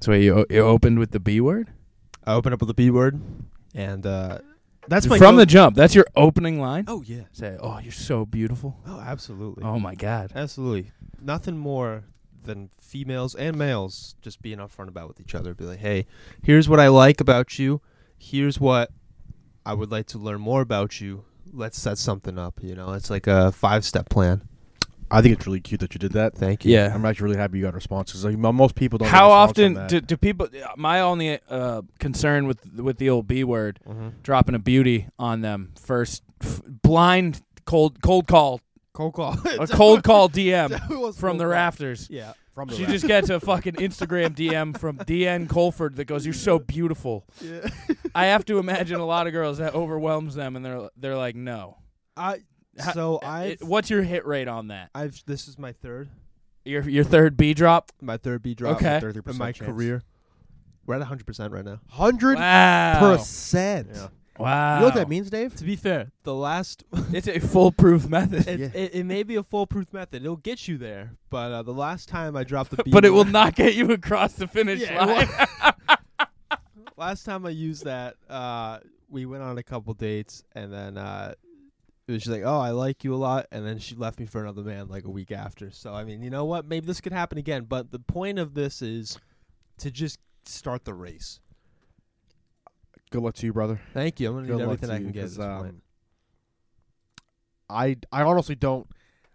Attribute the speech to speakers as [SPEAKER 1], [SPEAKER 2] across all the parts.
[SPEAKER 1] So wait, you, o- you opened with the B word
[SPEAKER 2] I opened up with the B word, and uh, that's my
[SPEAKER 1] from
[SPEAKER 2] go-
[SPEAKER 1] the jump. That's your opening line.
[SPEAKER 2] Oh yeah.
[SPEAKER 1] Say, oh, you're so beautiful.
[SPEAKER 2] Oh, absolutely.
[SPEAKER 1] Oh my God.
[SPEAKER 2] Absolutely. Nothing more than females and males just being upfront about with each other. Be like, hey, here's what I like about you. Here's what I would like to learn more about you. Let's set something up. You know, it's like a five step plan.
[SPEAKER 3] I think it's really cute that you did that.
[SPEAKER 2] Thank you.
[SPEAKER 1] Yeah.
[SPEAKER 3] I'm actually really happy you got responses. Like, mo- most people don't. get
[SPEAKER 1] How
[SPEAKER 3] a response
[SPEAKER 1] often
[SPEAKER 3] on that.
[SPEAKER 1] do, do people? My only uh, concern with with the old B word
[SPEAKER 2] Mm-hmm.
[SPEAKER 1] dropping a beauty on them first, f- blind cold cold call
[SPEAKER 2] Cold call.
[SPEAKER 1] a cold call DM from the rafters.
[SPEAKER 2] Yeah.
[SPEAKER 3] From the
[SPEAKER 1] She
[SPEAKER 3] rap.
[SPEAKER 1] just gets a fucking Instagram DM from DN Colford that goes, "You're so beautiful."
[SPEAKER 2] yeah.
[SPEAKER 1] I have to imagine a lot of girls that overwhelms them, and they're they're like, "No."
[SPEAKER 2] I,
[SPEAKER 1] Ha-
[SPEAKER 2] so I.
[SPEAKER 1] It- what's your hit rate on that?
[SPEAKER 2] I've this is my third,
[SPEAKER 1] Your your third B drop.
[SPEAKER 2] my third B drop
[SPEAKER 1] Okay.
[SPEAKER 3] 33%
[SPEAKER 2] in my
[SPEAKER 3] chance.
[SPEAKER 2] career. We're at hundred percent right now.
[SPEAKER 3] Hundred
[SPEAKER 1] Wow.
[SPEAKER 3] percent.
[SPEAKER 2] Yeah.
[SPEAKER 1] Wow.
[SPEAKER 3] You know what that means, Dave?
[SPEAKER 2] To be fair, the last
[SPEAKER 1] It's a foolproof method,
[SPEAKER 2] It,
[SPEAKER 3] Yeah.
[SPEAKER 2] it, it may be a foolproof method. It'll get you there, but uh, the last time I dropped the B
[SPEAKER 1] but it will
[SPEAKER 2] word-
[SPEAKER 1] not get you across the finish
[SPEAKER 2] Yeah, it
[SPEAKER 1] line.
[SPEAKER 2] Last time I used that, uh, we went on a couple dates, and then uh, it was just like, "Oh, I like you a lot," and then she left me for another man like a week after. So I mean, you know what? Maybe this could happen again. But the point of this is to just start the race.
[SPEAKER 3] Good luck to you, brother.
[SPEAKER 2] Thank you. I'm gonna
[SPEAKER 3] Good
[SPEAKER 2] need
[SPEAKER 3] luck
[SPEAKER 2] everything
[SPEAKER 3] to
[SPEAKER 2] I
[SPEAKER 3] you,
[SPEAKER 2] can get. At
[SPEAKER 3] 'cause,
[SPEAKER 2] this point.
[SPEAKER 3] um, I I honestly don't.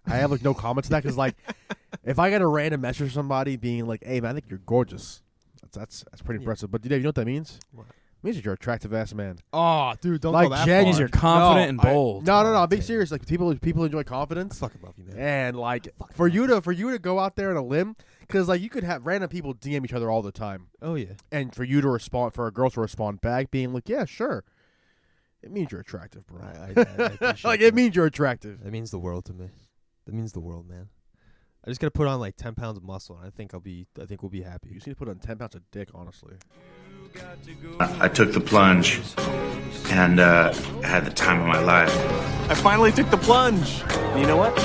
[SPEAKER 3] I have like no comments to that because like, if I get a random message from somebody being like, "Hey man, I think you're gorgeous," that's that's, that's pretty
[SPEAKER 2] Yeah.
[SPEAKER 3] impressive. But Dave, you know what that means?
[SPEAKER 2] What?
[SPEAKER 3] It means that you're an attractive ass man.
[SPEAKER 2] Oh, dude, don't
[SPEAKER 3] like
[SPEAKER 2] go that
[SPEAKER 3] Jen,
[SPEAKER 2] far. Oh,
[SPEAKER 1] Means you're confident
[SPEAKER 3] No,
[SPEAKER 1] and
[SPEAKER 3] I-
[SPEAKER 1] bold.
[SPEAKER 3] no, no, no. I'm being
[SPEAKER 2] Dave.
[SPEAKER 3] serious. Like people people enjoy confidence.
[SPEAKER 2] fucking love you, man.
[SPEAKER 3] And like
[SPEAKER 2] Fucking
[SPEAKER 3] for
[SPEAKER 2] love
[SPEAKER 3] you to for you to go out there on a limb, because like you could have random people DM each other all the time,
[SPEAKER 2] Oh yeah.
[SPEAKER 3] and for you to respond for a girl to respond back, being like, "Yeah, sure," it means you're attractive, bro.
[SPEAKER 2] I, I, I appreciate
[SPEAKER 3] like
[SPEAKER 2] that.
[SPEAKER 3] it means you're attractive.
[SPEAKER 2] That means the world to me. That means the world, man. I just gotta put on like ten pounds of muscle, and I think I'll be. I think we'll be
[SPEAKER 3] You
[SPEAKER 2] happy.
[SPEAKER 3] just need to put on ten pounds of dick, honestly.
[SPEAKER 4] I took the plunge and uh, had the time of my life.
[SPEAKER 5] I finally took the plunge. And you know what?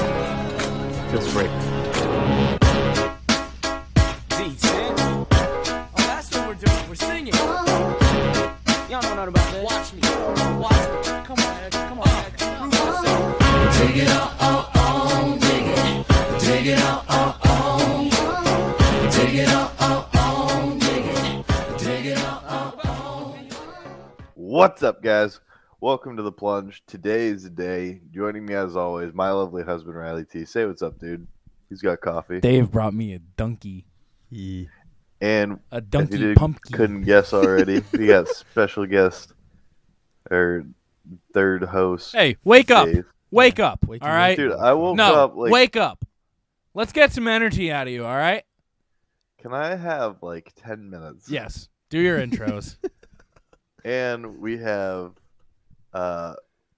[SPEAKER 5] Feels great.
[SPEAKER 6] Oh, that's what we're doing. We're singing. Y'all know nothing about that. Watch me. Watch me. Come on, Ed. Come on, Ed. Prove yourself.
[SPEAKER 7] What's up, guys? Welcome to the plunge. Today is the day. Joining me, as always, my lovely husband Riley T. Say what's up, dude. He's got coffee.
[SPEAKER 1] Dave brought me a donkey,
[SPEAKER 2] Yeah.
[SPEAKER 7] And
[SPEAKER 1] a
[SPEAKER 7] if you
[SPEAKER 1] donkey
[SPEAKER 7] did,
[SPEAKER 1] pumpkin.
[SPEAKER 7] couldn't guess already, we got special guest or third host.
[SPEAKER 1] Hey, wake up!
[SPEAKER 7] Dave.
[SPEAKER 1] Wake up!
[SPEAKER 2] Wake
[SPEAKER 1] all
[SPEAKER 2] you up,
[SPEAKER 1] right.
[SPEAKER 7] dude. I woke
[SPEAKER 1] no,
[SPEAKER 7] up. Like,
[SPEAKER 1] wake up! Let's get some energy out of you. All right.
[SPEAKER 7] Can I have like ten minutes?
[SPEAKER 1] Yes. Do your intros.
[SPEAKER 7] And we have uh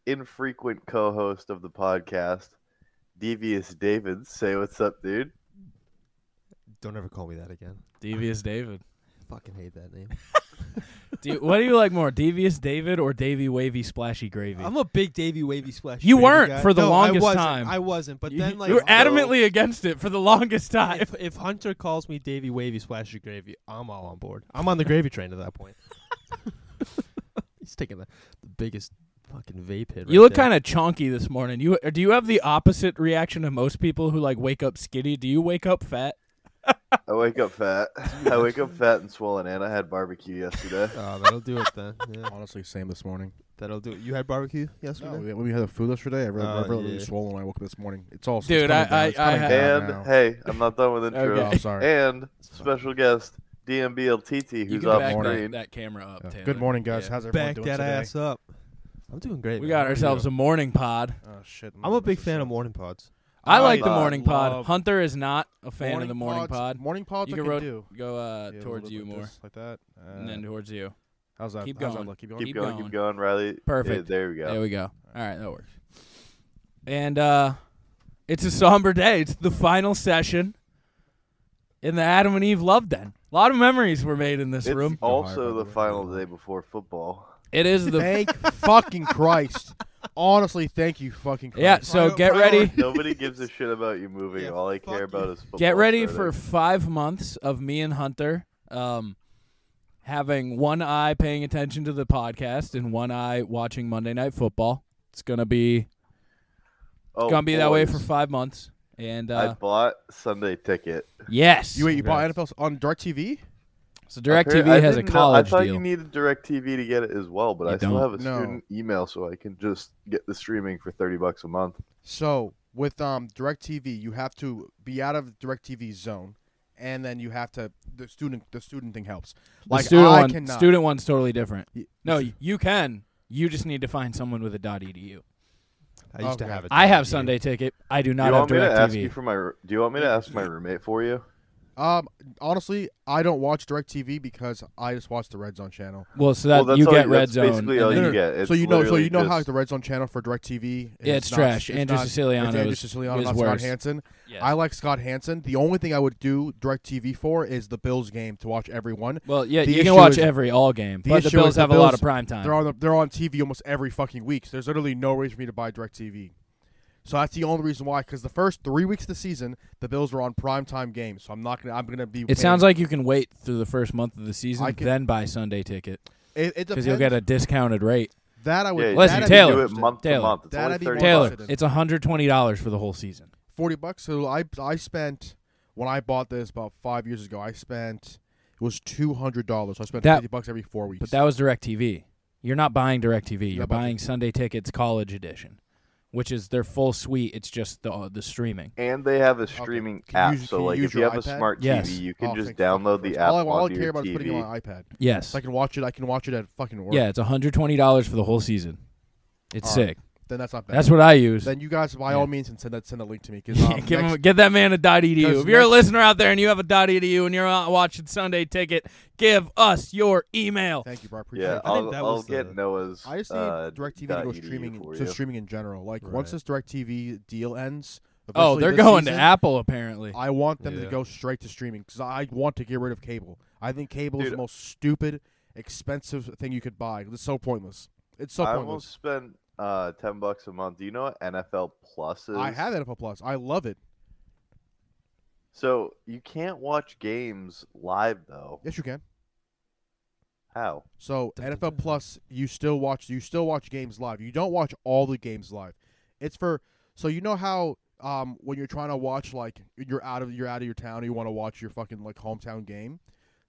[SPEAKER 7] infrequent co-host of the podcast, Devious David. Say what's up, dude.
[SPEAKER 2] Don't ever call me that again.
[SPEAKER 1] Devious David.
[SPEAKER 2] fucking hate that name.
[SPEAKER 1] Do you, what do you like more, Devious David or Davy Wavy Splashy Gravy?
[SPEAKER 2] I'm a big Davy Wavy splash.
[SPEAKER 1] You
[SPEAKER 2] baby
[SPEAKER 1] weren't
[SPEAKER 2] guy.
[SPEAKER 1] for the
[SPEAKER 2] No,
[SPEAKER 1] longest
[SPEAKER 2] I wasn't.
[SPEAKER 1] time.
[SPEAKER 2] I wasn't, but
[SPEAKER 1] You-
[SPEAKER 2] then like
[SPEAKER 1] you were
[SPEAKER 7] ad-
[SPEAKER 1] adamantly against it for the longest time.
[SPEAKER 2] if, if Hunter calls me Davy Wavy splash your gravy, I'm all on board. I'm on the gravy train at that point. He's taking the, the biggest fucking vape hit.
[SPEAKER 1] you look kind of chonky this morning. You do you have the opposite reaction to most people who like wake up skinny? Do you wake up fat?
[SPEAKER 7] I wake up fat. I wake up fat and swollen, and I had barbecue yesterday.
[SPEAKER 2] Oh, that'll do it then. Yeah,
[SPEAKER 3] Honestly, same this morning.
[SPEAKER 2] that'll do it. You had barbecue
[SPEAKER 3] No,
[SPEAKER 2] yesterday.
[SPEAKER 3] we- when we had the food yesterday, I really,
[SPEAKER 2] Oh,
[SPEAKER 3] I really
[SPEAKER 2] yeah.
[SPEAKER 3] was swollen when I woke up this morning. It's all it's
[SPEAKER 1] Dude,
[SPEAKER 3] coming
[SPEAKER 1] I-
[SPEAKER 3] down.
[SPEAKER 1] I-
[SPEAKER 3] it's coming
[SPEAKER 1] I-
[SPEAKER 3] down
[SPEAKER 7] And
[SPEAKER 3] now.
[SPEAKER 7] hey, I'm not done with intro.
[SPEAKER 1] Okay.
[SPEAKER 3] Oh, sorry.
[SPEAKER 7] And special guest DMBLTT,
[SPEAKER 1] you
[SPEAKER 7] who's
[SPEAKER 1] can
[SPEAKER 7] off
[SPEAKER 1] back that-
[SPEAKER 7] screen.
[SPEAKER 1] that, camera up.
[SPEAKER 3] Yeah.
[SPEAKER 1] Taylor.
[SPEAKER 3] Good morning, guys.
[SPEAKER 1] Yeah.
[SPEAKER 3] How's everyone
[SPEAKER 2] back
[SPEAKER 3] doing
[SPEAKER 2] that
[SPEAKER 3] today?
[SPEAKER 2] ass up. I'm doing great.
[SPEAKER 1] We
[SPEAKER 2] man.
[SPEAKER 1] got ourselves a morning pod.
[SPEAKER 3] Oh shit!
[SPEAKER 2] I'm a big
[SPEAKER 3] This is
[SPEAKER 2] fan
[SPEAKER 3] so-
[SPEAKER 2] of morning pods.
[SPEAKER 1] I
[SPEAKER 3] Oh,
[SPEAKER 1] like the
[SPEAKER 7] yeah.
[SPEAKER 1] morning pod.
[SPEAKER 3] Love-
[SPEAKER 1] Hunter is not a fan of the morning
[SPEAKER 3] pods-
[SPEAKER 1] pod.
[SPEAKER 3] Morning pods.
[SPEAKER 1] You
[SPEAKER 3] I
[SPEAKER 1] can
[SPEAKER 3] can,
[SPEAKER 1] road-
[SPEAKER 3] do.
[SPEAKER 1] Go uh,
[SPEAKER 3] Yeah, a
[SPEAKER 1] towards
[SPEAKER 3] little
[SPEAKER 1] you
[SPEAKER 3] bit
[SPEAKER 1] more,
[SPEAKER 3] this, like that. Uh,
[SPEAKER 1] and then towards you.
[SPEAKER 3] how's that?
[SPEAKER 1] keep
[SPEAKER 3] how's
[SPEAKER 1] going.
[SPEAKER 3] That look? Keep going.
[SPEAKER 7] Keep,
[SPEAKER 1] Keep
[SPEAKER 7] going,
[SPEAKER 1] going.
[SPEAKER 7] keep going, Riley.
[SPEAKER 1] Perfect.
[SPEAKER 7] Yeah, there we go.
[SPEAKER 1] There we go. All right, that works. And uh it's a somber day. It's the final session in the Adam and Eve love den. A lot of memories were made in this
[SPEAKER 7] it's
[SPEAKER 1] room.
[SPEAKER 7] also the final day before football.
[SPEAKER 1] It is the
[SPEAKER 3] Thank fucking Christ. Honestly, thank you fucking Christ.
[SPEAKER 1] yeah. So
[SPEAKER 2] Prior-
[SPEAKER 1] get
[SPEAKER 2] prior-
[SPEAKER 1] ready.
[SPEAKER 7] Nobody gives a shit about you moving.
[SPEAKER 2] Yeah,
[SPEAKER 7] All I
[SPEAKER 2] fuck
[SPEAKER 7] care
[SPEAKER 2] you.
[SPEAKER 7] about is football.
[SPEAKER 1] Get ready for
[SPEAKER 7] starting.
[SPEAKER 1] five months of me and Hunter um, having one eye paying attention to the podcast and one eye watching Monday Night Football. It's gonna be
[SPEAKER 7] Oh,
[SPEAKER 1] gonna be that way for
[SPEAKER 7] boys,
[SPEAKER 1] five months. And
[SPEAKER 7] I
[SPEAKER 1] uh,
[SPEAKER 7] bought Sunday ticket.
[SPEAKER 1] yes,
[SPEAKER 3] You wait, you bought NFL on Dark TV?
[SPEAKER 1] so Directv
[SPEAKER 7] Appar- I
[SPEAKER 1] has a
[SPEAKER 7] didn't know-
[SPEAKER 1] college
[SPEAKER 7] I thought
[SPEAKER 1] deal.
[SPEAKER 7] you needed DirecTV to get it as well, but
[SPEAKER 1] You
[SPEAKER 7] I still
[SPEAKER 1] don't.
[SPEAKER 7] have a
[SPEAKER 3] No.
[SPEAKER 7] student email, so I can just get the streaming for thirty bucks a month.
[SPEAKER 3] So with um DirecTV, you have to be out of DirecTV's zone, and then you have to the student the student thing helps. Like
[SPEAKER 1] the student
[SPEAKER 3] I
[SPEAKER 1] one,
[SPEAKER 3] cannot.
[SPEAKER 1] student one's totally different.
[SPEAKER 3] Y-
[SPEAKER 1] No, y- you can. You just need to find someone with a .edu.
[SPEAKER 2] I used to
[SPEAKER 3] Okay.
[SPEAKER 2] have it.
[SPEAKER 1] I have
[SPEAKER 2] DVD.
[SPEAKER 1] Sunday ticket. I do
[SPEAKER 7] Do
[SPEAKER 1] not
[SPEAKER 7] E you
[SPEAKER 1] have
[SPEAKER 7] want me to ask
[SPEAKER 1] DirecTV.
[SPEAKER 7] you for my? r- Do you want me to ask my roommate for you?
[SPEAKER 3] Um, honestly, I don't watch DirecTV because I just watch the Red Zone channel.
[SPEAKER 1] well, so that
[SPEAKER 7] well, that's
[SPEAKER 1] you
[SPEAKER 7] all
[SPEAKER 1] get
[SPEAKER 7] you-
[SPEAKER 1] Red
[SPEAKER 7] that's
[SPEAKER 1] Zone.
[SPEAKER 7] basically
[SPEAKER 1] and
[SPEAKER 7] all
[SPEAKER 1] then-
[SPEAKER 7] you get. It's
[SPEAKER 3] so you know, so
[SPEAKER 7] literally
[SPEAKER 3] you know how
[SPEAKER 7] just-
[SPEAKER 3] the Red Zone channel for DirecTV.
[SPEAKER 1] Yeah, it's trash. Andrew Siciliano
[SPEAKER 3] Siciliano. Andrew
[SPEAKER 1] is-
[SPEAKER 3] Siciliano,
[SPEAKER 1] is
[SPEAKER 3] not
[SPEAKER 1] worse.
[SPEAKER 3] Scott Hansen. I like Scott Hansen. The only thing I would do DirecTV for is the Bills game to watch every one.
[SPEAKER 1] Well, yeah,
[SPEAKER 3] The
[SPEAKER 1] you can
[SPEAKER 3] issue
[SPEAKER 1] watch
[SPEAKER 3] is-
[SPEAKER 1] every all game,
[SPEAKER 3] the
[SPEAKER 1] but the
[SPEAKER 3] issue is
[SPEAKER 1] Bills
[SPEAKER 3] the
[SPEAKER 1] have a lot
[SPEAKER 3] Bills-
[SPEAKER 1] of prime time.
[SPEAKER 3] They're on the, they're on TV almost every fucking week. So there's literally no reason for me to buy DirecTV. So that's the only reason why. Because the first three weeks of the season, the Bills were on primetime games. So I'm not gonna. I'm gonna be.
[SPEAKER 1] it sounds like you can wait through the first month of the season,
[SPEAKER 3] I can-
[SPEAKER 1] then buy Sunday ticket
[SPEAKER 3] it, it
[SPEAKER 1] because you'll get a discounted rate.
[SPEAKER 3] that. I would.
[SPEAKER 7] Yeah,
[SPEAKER 1] Listen,
[SPEAKER 7] you
[SPEAKER 3] that
[SPEAKER 7] can
[SPEAKER 3] I'd be
[SPEAKER 1] Taylor.
[SPEAKER 7] Do it
[SPEAKER 3] interested.
[SPEAKER 7] month
[SPEAKER 1] Taylor.
[SPEAKER 7] to month. It's
[SPEAKER 3] That'd
[SPEAKER 7] only
[SPEAKER 3] be more-
[SPEAKER 7] 30
[SPEAKER 1] Taylor,
[SPEAKER 7] bucks.
[SPEAKER 3] Bucks.
[SPEAKER 1] it's hundred twenty dollars for the whole season.
[SPEAKER 3] forty bucks. So I I spent when I bought this about five years ago. I spent it was two hundred dollars. So I spent
[SPEAKER 1] That-
[SPEAKER 3] fifty bucks every four weeks.
[SPEAKER 1] But that was Directv. You're not buying Directv. You're
[SPEAKER 3] Not buying-
[SPEAKER 1] buying Sunday tickets College Edition, which is their full suite. It's just the the streaming.
[SPEAKER 7] And they have a streaming
[SPEAKER 3] Can you
[SPEAKER 7] app,
[SPEAKER 3] use-
[SPEAKER 7] so
[SPEAKER 3] can you
[SPEAKER 7] like
[SPEAKER 3] use
[SPEAKER 7] if you
[SPEAKER 3] your
[SPEAKER 7] have a
[SPEAKER 3] iPad?
[SPEAKER 7] smart TV,
[SPEAKER 1] Yes.
[SPEAKER 7] you can
[SPEAKER 3] Oh,
[SPEAKER 7] just
[SPEAKER 3] thank fucking
[SPEAKER 7] download the
[SPEAKER 3] Christ.
[SPEAKER 7] app
[SPEAKER 3] All I, all I
[SPEAKER 7] onto
[SPEAKER 3] care
[SPEAKER 7] your
[SPEAKER 3] about is putting it on
[SPEAKER 7] TV.
[SPEAKER 3] my iPad.
[SPEAKER 1] Yes.
[SPEAKER 3] So I can watch it. I can watch it at fucking work.
[SPEAKER 1] yeah, it's hundred twenty dollars for the whole season. It's
[SPEAKER 3] All right.
[SPEAKER 1] sick.
[SPEAKER 3] Then that's not bad.
[SPEAKER 1] That's what I use.
[SPEAKER 3] Then you guys, by
[SPEAKER 1] Yeah.
[SPEAKER 3] all means, and send that send a link to me because um,
[SPEAKER 1] Give
[SPEAKER 3] next-
[SPEAKER 1] him, get that man a dot edu.
[SPEAKER 3] 'Cause
[SPEAKER 1] If you're a
[SPEAKER 3] next-
[SPEAKER 1] listener out there and you have a dot edu and you're out watching Sunday Ticket, give us your email.
[SPEAKER 3] thank you, bro. I appreciate
[SPEAKER 7] Yeah,
[SPEAKER 3] it.
[SPEAKER 2] I think
[SPEAKER 7] I'll,
[SPEAKER 2] that
[SPEAKER 7] I'll
[SPEAKER 2] was
[SPEAKER 7] get
[SPEAKER 2] the-
[SPEAKER 7] Noah's.
[SPEAKER 3] I just need
[SPEAKER 7] uh,
[SPEAKER 3] DirecTV to
[SPEAKER 7] dot
[SPEAKER 3] go
[SPEAKER 7] edu
[SPEAKER 3] streaming
[SPEAKER 7] for
[SPEAKER 3] to
[SPEAKER 7] you.
[SPEAKER 3] streaming in general. Like
[SPEAKER 2] Right.
[SPEAKER 3] once this DirecTV deal ends,
[SPEAKER 1] Oh,
[SPEAKER 3] eventually
[SPEAKER 1] they're
[SPEAKER 3] this
[SPEAKER 1] going
[SPEAKER 3] season,
[SPEAKER 1] to Apple apparently.
[SPEAKER 3] I want them
[SPEAKER 2] Yeah.
[SPEAKER 3] to go straight to streaming because I want to get rid of cable. I think cable is
[SPEAKER 7] Dude.
[SPEAKER 3] the most stupid, expensive thing you could buy. It's so pointless. It's so
[SPEAKER 7] I will
[SPEAKER 3] pointless.
[SPEAKER 7] spend uh, ten bucks a month. Do you know what NFL Plus is?
[SPEAKER 3] I have NFL Plus. I love it.
[SPEAKER 7] So you can't watch games live though.
[SPEAKER 3] Yes, you can.
[SPEAKER 7] How?
[SPEAKER 3] So
[SPEAKER 1] Dun, dun,
[SPEAKER 3] NFL Plus, you still watch you still watch games live. You don't watch all the games live. It's for so you know how um when you're trying to watch like you're out of you're out of your town, you want to watch your fucking like hometown game.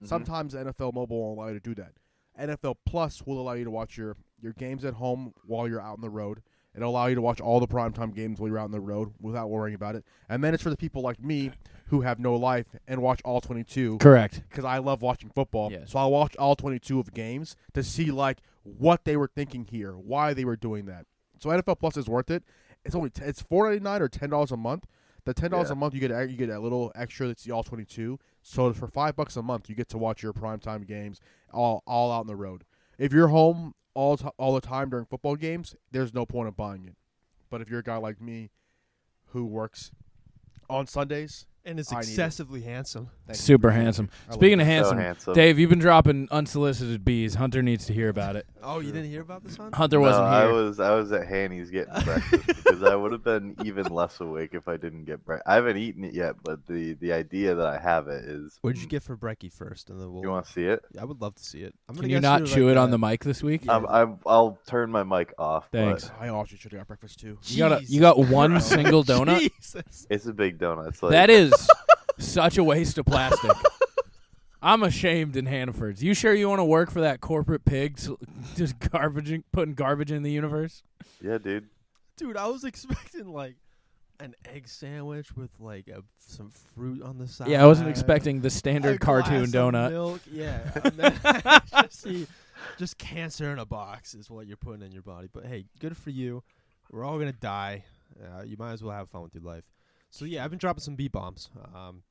[SPEAKER 7] Mhm.
[SPEAKER 3] Sometimes NFL Mobile won't allow you to do that. NFL Plus will allow you to watch your your games at home while you're out on the road. It'll allow you to watch all the primetime games while you're out on the road without worrying about it. And then it's for the people like me who have no life and watch all 22
[SPEAKER 1] Correct.
[SPEAKER 3] because I love watching football.
[SPEAKER 1] Yes.
[SPEAKER 3] So I watch all 22 of games to see like what they were thinking here, why they were doing that. So NFL Plus is worth it. It's only t- it's four ninety nine or ten dollars a month. The ten dollars
[SPEAKER 7] Yeah.
[SPEAKER 3] a month you get a- you get a little extra that's the all 22. So for five bucks a month you get to watch your primetime games all all out on the road. If you're home all t- all the time during football games, there's no point in buying it. But if you're a guy like me, who works on Sundays,
[SPEAKER 2] And it's
[SPEAKER 3] I need it.
[SPEAKER 2] excessively handsome.
[SPEAKER 3] thank you.
[SPEAKER 1] Super handsome.
[SPEAKER 3] I love
[SPEAKER 1] Speaking of
[SPEAKER 7] So
[SPEAKER 1] handsome,
[SPEAKER 7] handsome.
[SPEAKER 1] Dave, you've been dropping unsolicited bees. Hunter needs to hear about it.
[SPEAKER 2] Oh, you didn't hear about this one?
[SPEAKER 1] Hunter
[SPEAKER 7] No,
[SPEAKER 1] wasn't
[SPEAKER 7] I
[SPEAKER 1] here.
[SPEAKER 7] was I was at Hanny's getting breakfast because I would have been even less awake if I didn't get breakfast. I haven't eaten it yet, but the the idea that I have it is.
[SPEAKER 2] What'd you get for brekkie first, and then we'll.
[SPEAKER 7] You want to see it?
[SPEAKER 2] I would love to see it. I'm
[SPEAKER 1] Can
[SPEAKER 2] gonna
[SPEAKER 1] you
[SPEAKER 2] guess
[SPEAKER 1] not
[SPEAKER 2] you're
[SPEAKER 1] chew
[SPEAKER 2] like
[SPEAKER 1] it on
[SPEAKER 2] a-
[SPEAKER 1] the mic this week?
[SPEAKER 7] I'm, I'm, I'll turn my mic off. but
[SPEAKER 1] Thanks.
[SPEAKER 3] I also should have got breakfast too.
[SPEAKER 1] You got a,
[SPEAKER 2] Jesus
[SPEAKER 1] you got one
[SPEAKER 2] Christ.
[SPEAKER 1] single donut.
[SPEAKER 2] Jesus.
[SPEAKER 7] It's a big donut. It's like
[SPEAKER 1] That is such a waste of plastic. I'm ashamed in Hannaford's. You sure you want to work for that corporate pig s- just garbaging putting garbage in the universe?
[SPEAKER 7] yeah, dude.
[SPEAKER 2] Dude, I was expecting like an egg sandwich with like a, some fruit on the side.
[SPEAKER 1] Yeah, I wasn't expecting Uh, the
[SPEAKER 2] a
[SPEAKER 1] standard
[SPEAKER 2] glass
[SPEAKER 1] cartoon
[SPEAKER 2] of
[SPEAKER 1] donut.
[SPEAKER 2] Milk. Yeah, and then I just see just cancer in a box is what you're putting in your body. But hey, good for you. We're all gonna die. Uh, you might as well have fun with your life. So yeah, I've been dropping some bee bombs. Um,